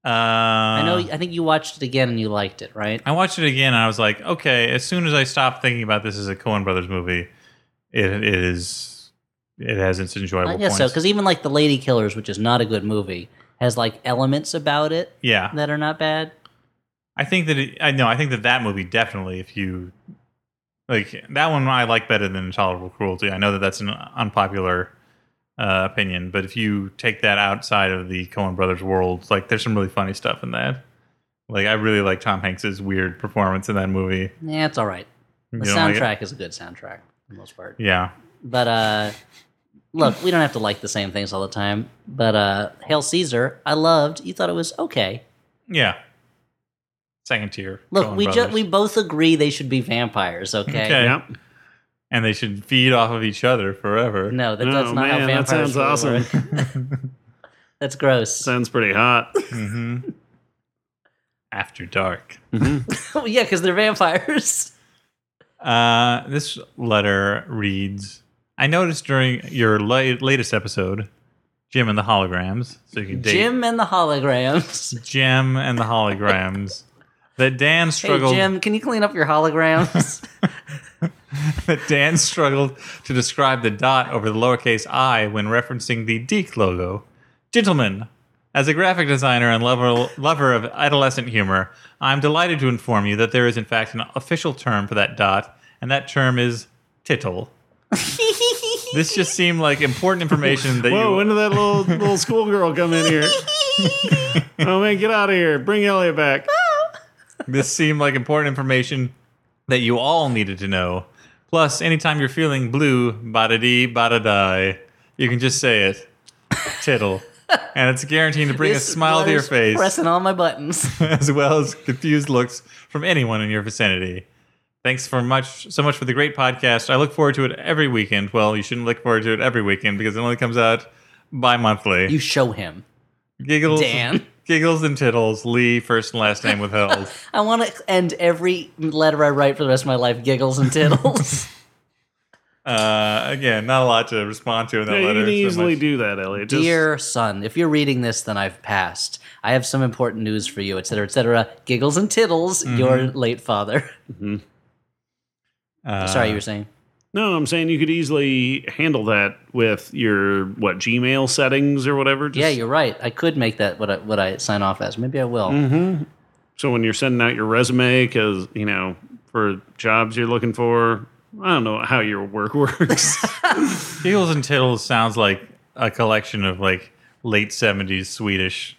uh I know. I think you watched it again and you liked it, right? I watched it again and I was like, okay, as soon as I stopped thinking about this as a Coen Brothers movie, it, it is it has its enjoyable I guess so. points. Because even like the Lady Killers, which is not a good movie, has like elements about it yeah. that are not bad. I think that it, I know I think that that movie definitely if you like that one I like better than Intolerable Cruelty. I know that that's an unpopular uh, opinion, but if you take that outside of the Coen Brothers world, like there's some really funny stuff in that. Like I really like Tom Hanks's weird performance in that movie. Yeah, it's all right. The You don't like it? soundtrack is a good soundtrack for the most part. Yeah. But uh, look, we don't have to like the same things all the time. But uh, Hail Caesar, I loved. You thought it was okay. Yeah. Second tier. Look, Coen we just brothers. we both agree they should be vampires. Okay. Okay. Yeah. And they should feed off of each other forever. No, that, Oh, that's not how man, that vampires sounds really awesome. work. that's gross. Sounds pretty hot. Mm-hmm. After dark. yeah, because they're vampires. Uh, this letter reads I noticed during your la- latest episode, Jim and the Holograms, so you can date Jim and the holograms. Jim and the Holograms, that Dan struggled. Hey, Jim, can you clean up your holograms? that Dan struggled to describe the dot over the lowercase i when referencing the Deke logo. Gentlemen, as a graphic designer and lover, lover of adolescent humor, I'm delighted to inform you that there is, in fact, an official term for that dot, and that term is tittle. this just seemed like important information that Whoa, you. when did that little little schoolgirl come in here? oh man, get out of here. Bring Elliot back. this seemed like important information that you all needed to know. Plus, anytime you're feeling blue, bada dee, bada die, you can just say it, tittle, and it's guaranteed to bring This a smile to your blood is face, Pressing all my buttons. as well as confused looks from anyone in your vicinity. Thanks for much so much for the great podcast. I look forward to it every weekend. Well, you shouldn't look forward to it every weekend because it only comes out bi-monthly. You show him. giggles, Dan. giggles and tittles. Lee, first and last name withheld. I want to end every letter I write for the rest of my life giggles and tittles. Uh, again, not a lot to respond to in that Yeah, you letter. can so easily much. do that, Elliot. Just- Dear son, if you're reading this, then I've passed. I have some important news for you, etc., etc. Giggles and tittles, Mm-hmm. your late father. Uh, Sorry, you were saying. No, I'm saying you could easily handle that with your what Gmail settings or whatever. Just, Yeah, you're right. I could make that what I, what I sign off as. Maybe I will. Mm-hmm. So when you're sending out your resume, because you know for jobs you're looking for, I don't know how your work works. giggles and tittles sounds like a collection of like late seventies Swedish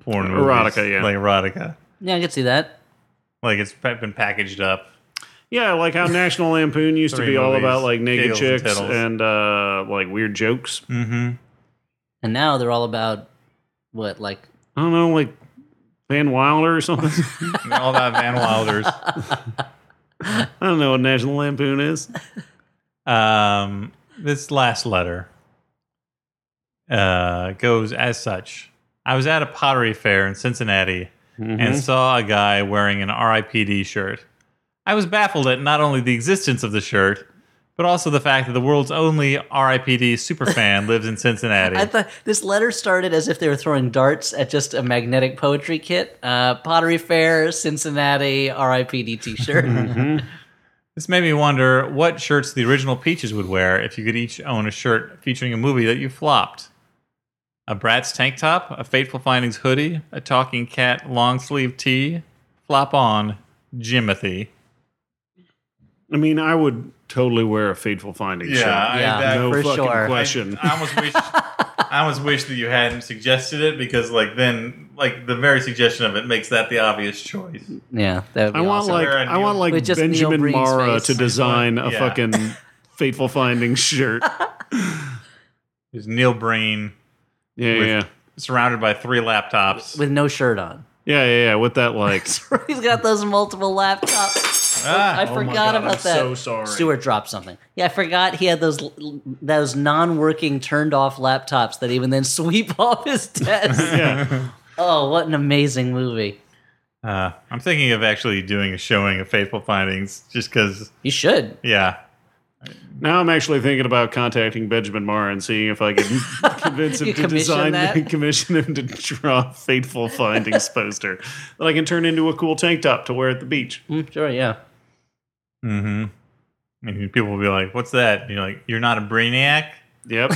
porn movies. Erotica, yeah. like erotica. Yeah, I could see that. Like it's pa- been packaged up. yeah, like how National Lampoon used to Three be all movies, about like naked giggles and Mm. chicks tittles. and uh, like weird jokes. And now they're all about what, like I don't know, like Van Wilder or something. And All about Van Wilder's. I don't know what National Lampoon is. Um, this last letter uh, goes as such. I was at a pottery fair in Cincinnati and saw a guy wearing an RIPD shirt. I was baffled at not only the existence of the shirt, but also the fact that the world's only RIPD superfan lives in Cincinnati. I thought this letter started as if they were throwing darts at just a magnetic poetry kit. Uh, Pottery Fair, Cincinnati, RIPD t Mm-hmm. shirt. this made me wonder what shirts the original Peaches would wear if you could each own a shirt featuring a movie that you flopped. A Bratz tank top, a Fateful Findings hoodie, a Talking Cat long sleeve tee, flop on, Jimothy. I mean, I would totally wear a Fateful Findings shirt. Yeah. that- no for fucking sure. question. I almost wish I almost wish that you hadn't suggested it because like then like the very suggestion of it makes that the obvious choice. yeah, that would be I want awesome. like Wear a I want Neil- like With just Neil Benjamin Bree's Mara face. to design a Yeah. fucking Fateful Findings shirt. There's Neil Breen Yeah, With- yeah, surrounded by three laptops. with no shirt on. yeah, yeah, yeah. With that, like, He's got those multiple laptops. Ah, I forgot Oh God, about I'm that. so sorry. Stuart dropped something. Yeah, I forgot he had those l- those non-working turned-off laptops that even then sweep off his desk. yeah, oh, what an amazing movie! Uh, I'm thinking of actually doing a showing of Faithful Findings just because, You should. yeah. now I'm actually thinking about contacting Benjamin Mara and seeing if I can convince him You to commission design, that? commission him to draw a Fateful Findings poster that I can turn into a cool tank top to wear at the beach. Mm, sure. Yeah. Mm-hmm. And people will be like, what's that? And you're like, you're not a brainiac? Yep,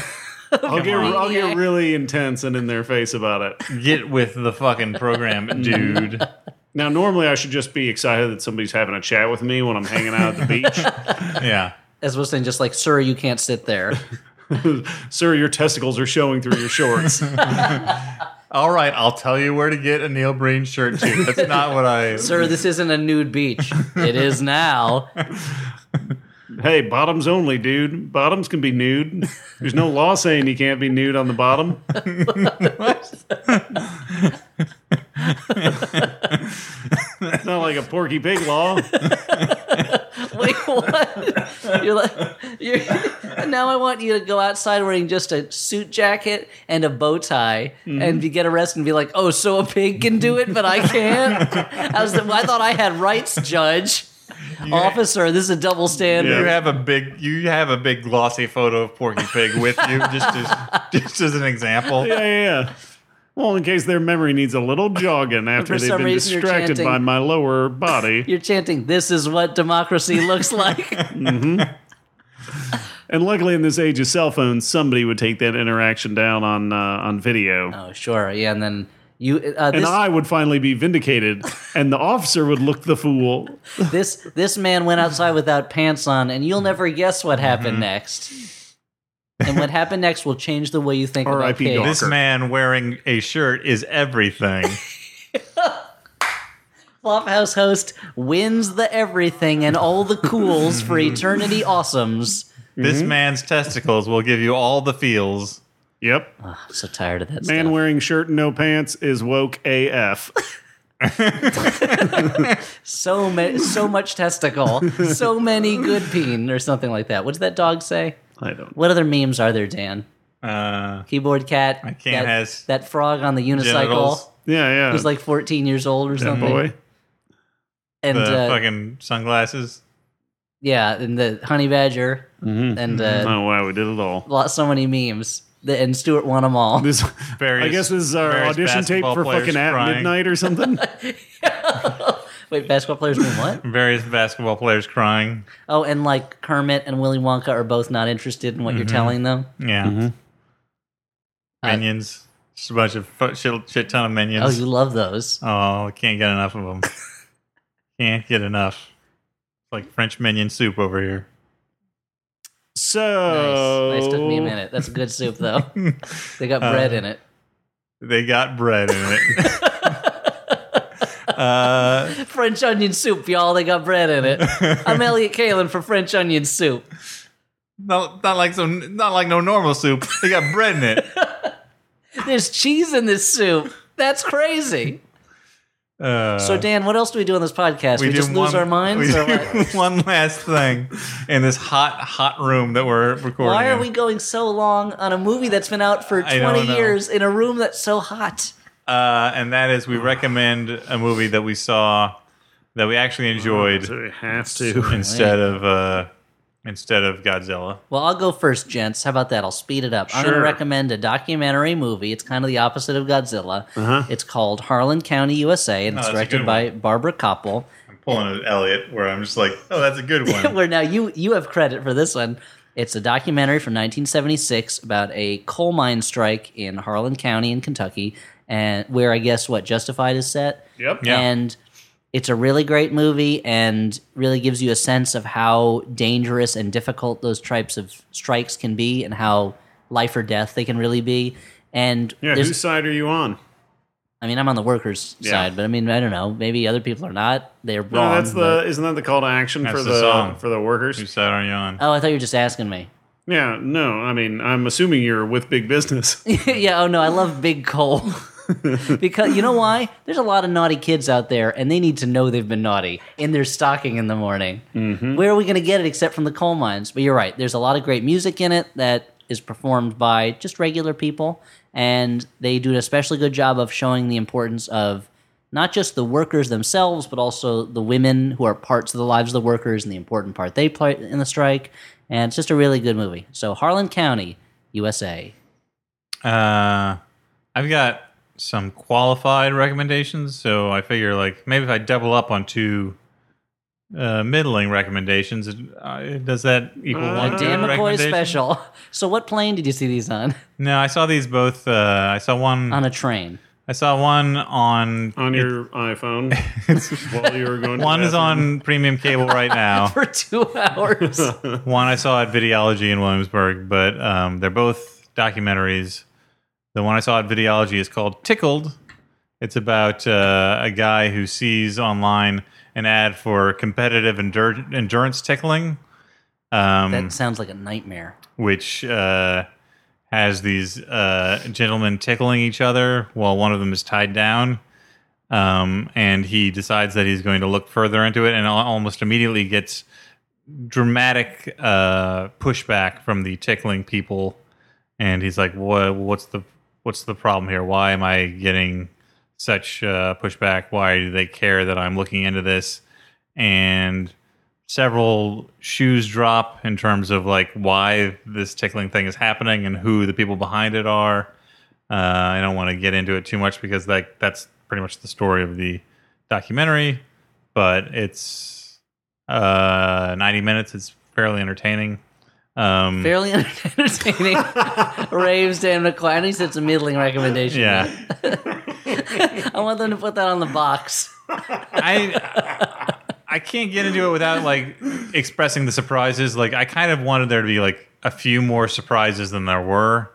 I'll get on. I'll get really intense and in their face about it. Get with the fucking program, dude. Now, normally I should just be excited that somebody's having a chat with me when I'm hanging out at the beach. yeah. As was saying, just like, sir, you can't sit there. Sir, your testicles are showing through your shorts. All right, I'll tell you where to get a Neil Breen shirt, too. That's not what I. sir, this isn't a nude beach. It is now. Hey, bottoms only, dude. Bottoms can be nude. There's no law saying you can't be nude on the bottom. it's not like a Porky Pig law. Wait, what? You're like, you're, now I want you to go outside wearing just a suit jacket and a bow tie, Mm-hmm. and you get arrested and be like, "Oh, so a pig can do it, but I can't." I was, I thought I had rights, judge, officer. This is a double standard. You have a big, you have a big glossy photo of Porky Pig with you, just as, just as an example. Yeah, yeah, yeah. Well, in case their memory needs a little jogging after For they've some been reason you're distracted chanting- by my lower body. You're chanting, "This is what democracy looks like." And luckily, in this age of cell phones, somebody would take that interaction down on uh, on video. oh, sure, yeah, and then. You, uh, and this, I would finally be vindicated, and the officer would look the fool. this this man went outside without pants on, and you'll never guess what happened Mm-hmm. next. And what happened next will change the way you think about R.I.P. pigs. dog. This man wearing a shirt is everything. Mm-hmm. Flophouse host wins the everything and all the cools for eternity awesomes. This man's testicles will give you all the feels. Yep. I'm so tired of that Man stuff. wearing shirt and no pants is woke AF. So ma- so much testicle, so many good peen or something like that. What does that dog say? I don't know. What other memes are there, Dan? Uh, Keyboard cat. I can't that, has that frog on the unicycle. genitals. Yeah, yeah. Who's like 14 years old or that something. boy. And The uh, fucking sunglasses. yeah, and the honey badger, Mm-hmm, and uh, Oh wow, we did it all. lots so many memes. The, and Stuart won them all. This, Various, I guess this is our various audition tape basketball for players fucking at crying. midnight or something. Wait, basketball players win what? Various basketball players crying. Oh, and like Kermit and Willy Wonka are both not interested in what Mm-hmm. you're telling them. Yeah. Mm-hmm. Minions. Just a bunch of fu- shit, shit ton of minions. Oh, you love those. Oh, I can't get enough of them. can't get enough. Like French minion soup over here. So Nice. Nice. Took me a minute. That's good soup though. they got Uh. bread in it. They got bread in it. uh, French onion soup, y'all. They got bread in it. I'm Elliot Kalen for French onion soup. not, not like some, not like no normal soup. They got bread in it. There's cheese in this soup. That's crazy. Uh, So Dan, what else do we do on this podcast? We, do just lose one- our minds. We or do what? one last thing in this hot, hot room that we're recording. Why are in. we going so long on a movie that's been out for I don't 20 know. years in a room that's so hot? Uh, and that is, we recommend a movie that we saw that we actually enjoyed So we have to. instead of uh, instead of Godzilla. Well, I'll go first, gents. How about that? I'll speed it up. I'm going Sure. to recommend a documentary movie. It's kind of the opposite of Godzilla. It's called Harlan County, USA, and it's Uh-huh. Oh, that's a directed good by Barbara Koppel. I'm pulling an Elliot, where I'm just like, oh, that's a good one. Where now you you have credit for this one. It's a documentary from 1976 about a coal mine strike in Harlan County in Kentucky, and where I guess what Justified is set. Yep. Yeah. And it's a really great movie and really gives you a sense of how dangerous and difficult those types of strikes can be and how life or death they can really be. And Yeah, there's- whose side are you on? I mean, I'm on the workers' Yeah. side, but I mean, I don't know. Maybe other people are not. They're No, wrong. Oh, that's the isn't that the call to action for That's the the, song. for the workers? Who side are you on? but- oh, I thought you were just asking me. Yeah, no, I mean I'm assuming you're with big business. yeah, oh no, I love Big Coal. because you know why? There's a lot of naughty kids out there and they need to know they've been naughty in their stocking in the morning. Where are we going to get it except from the coal mines? But you're right. There's a lot of great music in it that is performed by just regular people and they do an especially good job of showing the importance of not just the workers themselves, but also the women who are parts of the lives of the workers and the important part they play in the strike. And it's just a really good movie. So, Harlan County, USA. Uh, I've got some qualified recommendations, so I figure like maybe if I double up on two uh, middling recommendations, it, uh, does that equal one? A Uh, Dan McCoy recommendation? special. So, what plane did you see these on? No, I saw these both. Uh, I saw one. On a train. I saw one on. on your iPhone while you were going. To One the is on premium cable right now. For two hours. One I saw at Videology in Williamsburg, but um, they're both documentaries. The one I saw at Videology is called Tickled. It's about uh, a guy who sees online an ad for competitive endur- endurance tickling, um, That sounds like a nightmare. which uh, has these uh, gentlemen tickling each other while one of them is tied down. Um, and he decides that he's going to look further into it and al- almost immediately gets dramatic uh, pushback from the tickling people. And he's like, "Wha- what's the what's the problem here? Why am I getting such uh, pushback? Why do they care that I'm looking into this? And several shoes drop in terms of like why this tickling thing is happening and who the people behind it are. Uh, I don't want to get into it too much because like that's pretty much the story of the documentary, but it's uh, 90 minutes. It's fairly entertaining. Um, Fairly entertaining. Raves Dan McCoy. I think that's a middling recommendation. yeah, I want them to put that on the box. I I can't get into it without like expressing the surprises. Like I kind of wanted there to be like a few more surprises than there were.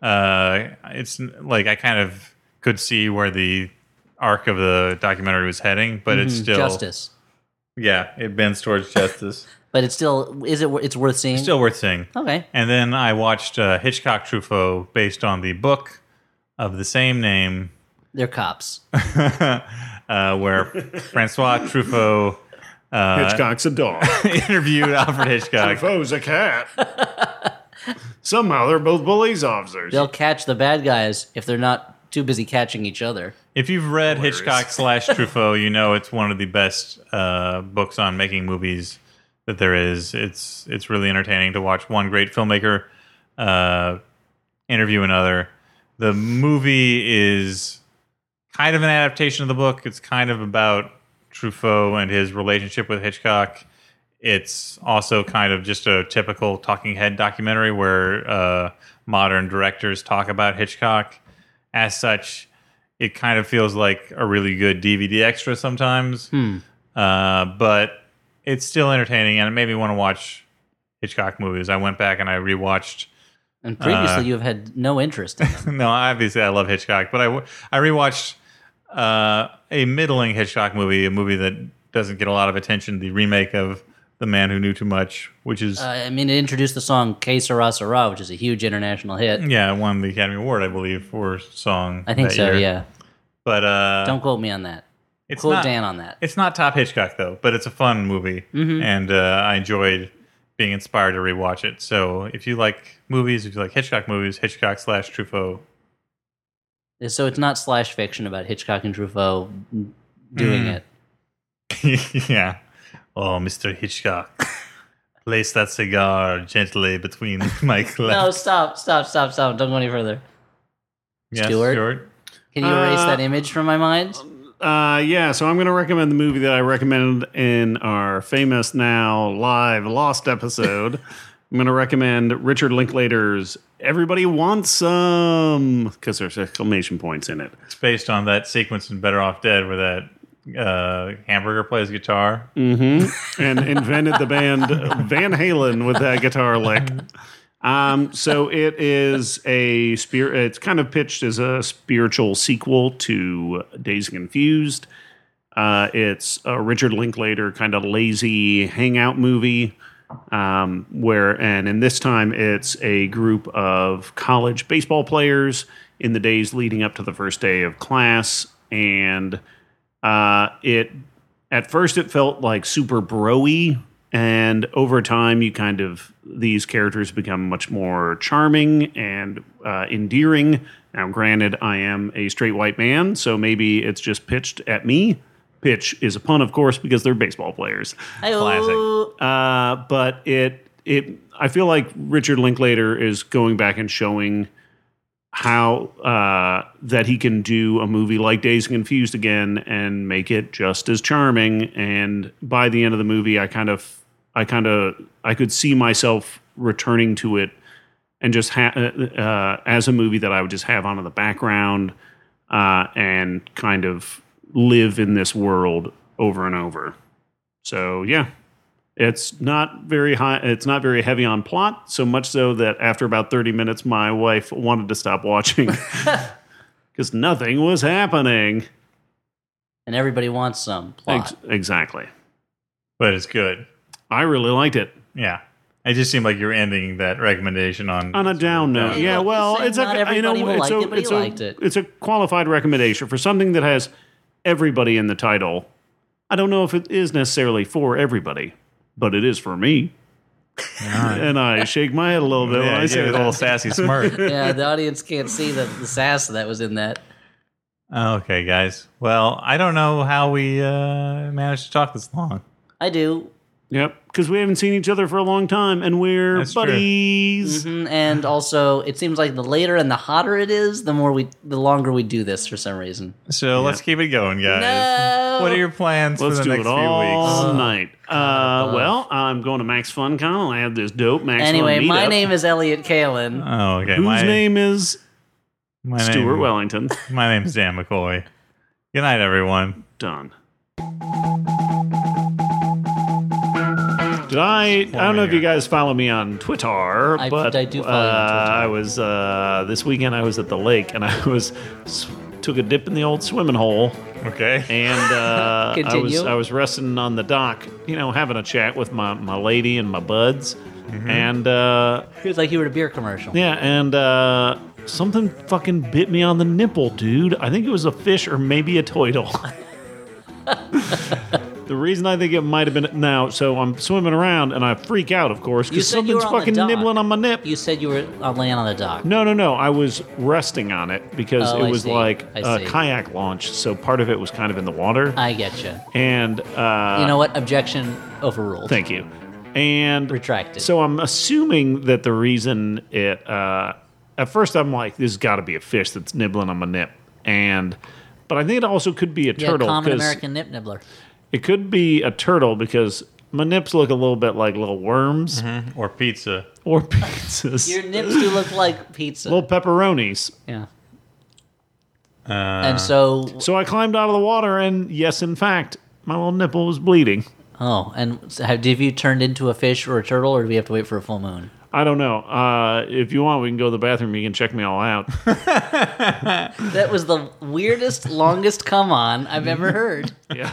Uh, it's like I kind of could see where the arc of the documentary was heading, but it's still Justice. Yeah, it bends towards justice. But it's still is it wor- it's worth seeing. still worth seeing. okay. And then I watched uh, Hitchcock Truffaut based on the book of the same name They're cops. uh, where Francois Truffaut Hitchcock's a dog. interviewed Alfred Hitchcock. Foe's a cat. Somehow they're both police officers. They'll catch the bad guys if they're not too busy catching each other. If you've read Hilarious. Hitchcock slash Truffaut, you know it's one of the best uh, books on making movies that there is. It's it's really entertaining to watch one great filmmaker uh, interview another. The movie is kind of an adaptation of the book. It's kind of about Truffaut and his relationship with Hitchcock. It's also kind of just a typical talking head documentary where uh, modern directors talk about Hitchcock. As such, it kind of feels like a really good DVD extra sometimes. Hmm. Uh, but it's still entertaining and it made me want to watch Hitchcock movies. I went back and I rewatched And previously Uh. you have had no interest in them. no, obviously I love Hitchcock, but I, w- I rewatched uh, a middling Hitchcock movie, a movie that doesn't get a lot of attention, the remake of The Man Who Knew Too Much, which is, Uh, I mean, it introduced the song K Sarah Sarah, which is a huge international hit. yeah, won the Academy Award, I believe, for song. I think Mm. that so, year. yeah. But uh, Don't quote me on that. it's quote not- Dan on that. It's not top Hitchcock, though, but it's a fun movie, and uh, I enjoyed being inspired to rewatch it. So if you like movies, if you like Hitchcock movies, Hitchcock slash Truffaut. So it's not slash fiction about Hitchcock and Truffaut doing Mm. it. yeah. Oh, Mr. Hitchcock. Place that cigar gently between my No, claps. stop, stop, stop, stop. Don't go any further. Yes, Stuart? Stuart. Can you erase Uh, that image from my mind? Uh, yeah, so I'm going to recommend the movie that I recommended in our famous now live Lost episode. I'm going to recommend Richard Linklater's Everybody Wants Some because there's exclamation points in it. It's based on that sequence in Better Off Dead where that uh, hamburger plays guitar. and invented the band Van Halen with that guitar lick. Um, so it is a spir- It's kind of pitched as a spiritual sequel to Days Confused. Uh, it's a Richard Linklater kind of lazy hangout movie. Um, where and in this time it's a group of college baseball players in the days leading up to the first day of class, and uh, it at first it felt like super broy and over time you kind of these characters become much more charming and uh, endearing now granted i am a straight white man so maybe it's just pitched at me pitch is a pun of course because they're baseball players classic. uh, but it it I feel like Richard Linklater is going back and showing how uh, that he can do a movie like Days Confused again and make it just as charming. And by the end of the movie, I kind of I kind of I could see myself returning to it and just ha- uh, uh, as a movie that I would just have on in the background uh, and kind of live in this world over and over. So yeah, it's not very high. It's not very heavy on plot. So much so that after about thirty minutes, my wife wanted to stop watching because nothing was happening. And everybody wants some plot. Ex- exactly. But it's good. I really liked it. Yeah. It just seemed like you're ending that recommendation on. on a down note. Yeah, Yeah, like well, saying it's a not you know everybody will like it's a it, but he it's a- liked it. it's a qualified recommendation for something that has everybody in the title. I don't know if it is necessarily for everybody, but it is for me. and I shake my head a little bit when yeah, I say yeah, that. little sassy smirk. yeah, the audience can't see the, the sass that was in that. okay, guys. Well, I don't know how we uh, managed to talk this long. I do. Yep, because we haven't seen each other for a long time, and we're That's true. Mm-hmm. buddies. Mhm, And also, it seems like the later and the hotter it is, the more we, the longer we do this for some reason. So let's keep it going, guys. No. What are your plans Let's for the do next it few weeks? all night. Uh, well, I'm going to Max FunCon. I'll have this dope Max Anyway, Fun my meetup. Uh, name is Elliot Kalen. Oh, okay. Um, whose my name is my name- Stuart Wellington. My name's Dan McCoy. Good night, everyone. Done. Did I? I don't know if you guys follow me on Twitter, I- but I do follow you uh, on Twitter. I was uh, this weekend. I was at the lake and I was s- took a dip in the old swimming hole, Okay. and uh, I was Continue. I was resting on the dock, you know, having a chat with my my lady and my buds, and uh, It was like you were at a beer commercial. yeah, and uh, something fucking bit me on the nipple, dude. I think it was a fish or maybe a turtle. the reason I think it might have been now, so I'm swimming around and I freak out, of course, You because said you something's were on the fucking dock. nibbling on my nip. You said you were on land on the dock. No, no, no. I was resting on it because Oh, I it was see. like I a see. kayak launch, so part of it was kind of in the water. I get you. and uh, You know what? Objection overruled. Thank you. And Retracted. So I'm assuming that the reason it uh, at first I'm like, there's got to be a fish that's nibbling on my nip, and but I think it also could be a yeah, turtle common 'cause American nip nibbler. it could be a turtle because my nips look a little bit like little worms Or pizza. or pizzas, Your nips do look like pizza. little pepperonis. yeah. and so, So I climbed out of the water, and yes, in fact, my little nipple was bleeding. oh, and so have, have you turned into a fish or a turtle, or do we have to wait for a full moon? I don't know. Uh, if you want, we can go to the bathroom. You can check me all out. That was the weirdest, longest come on I've ever heard. yeah.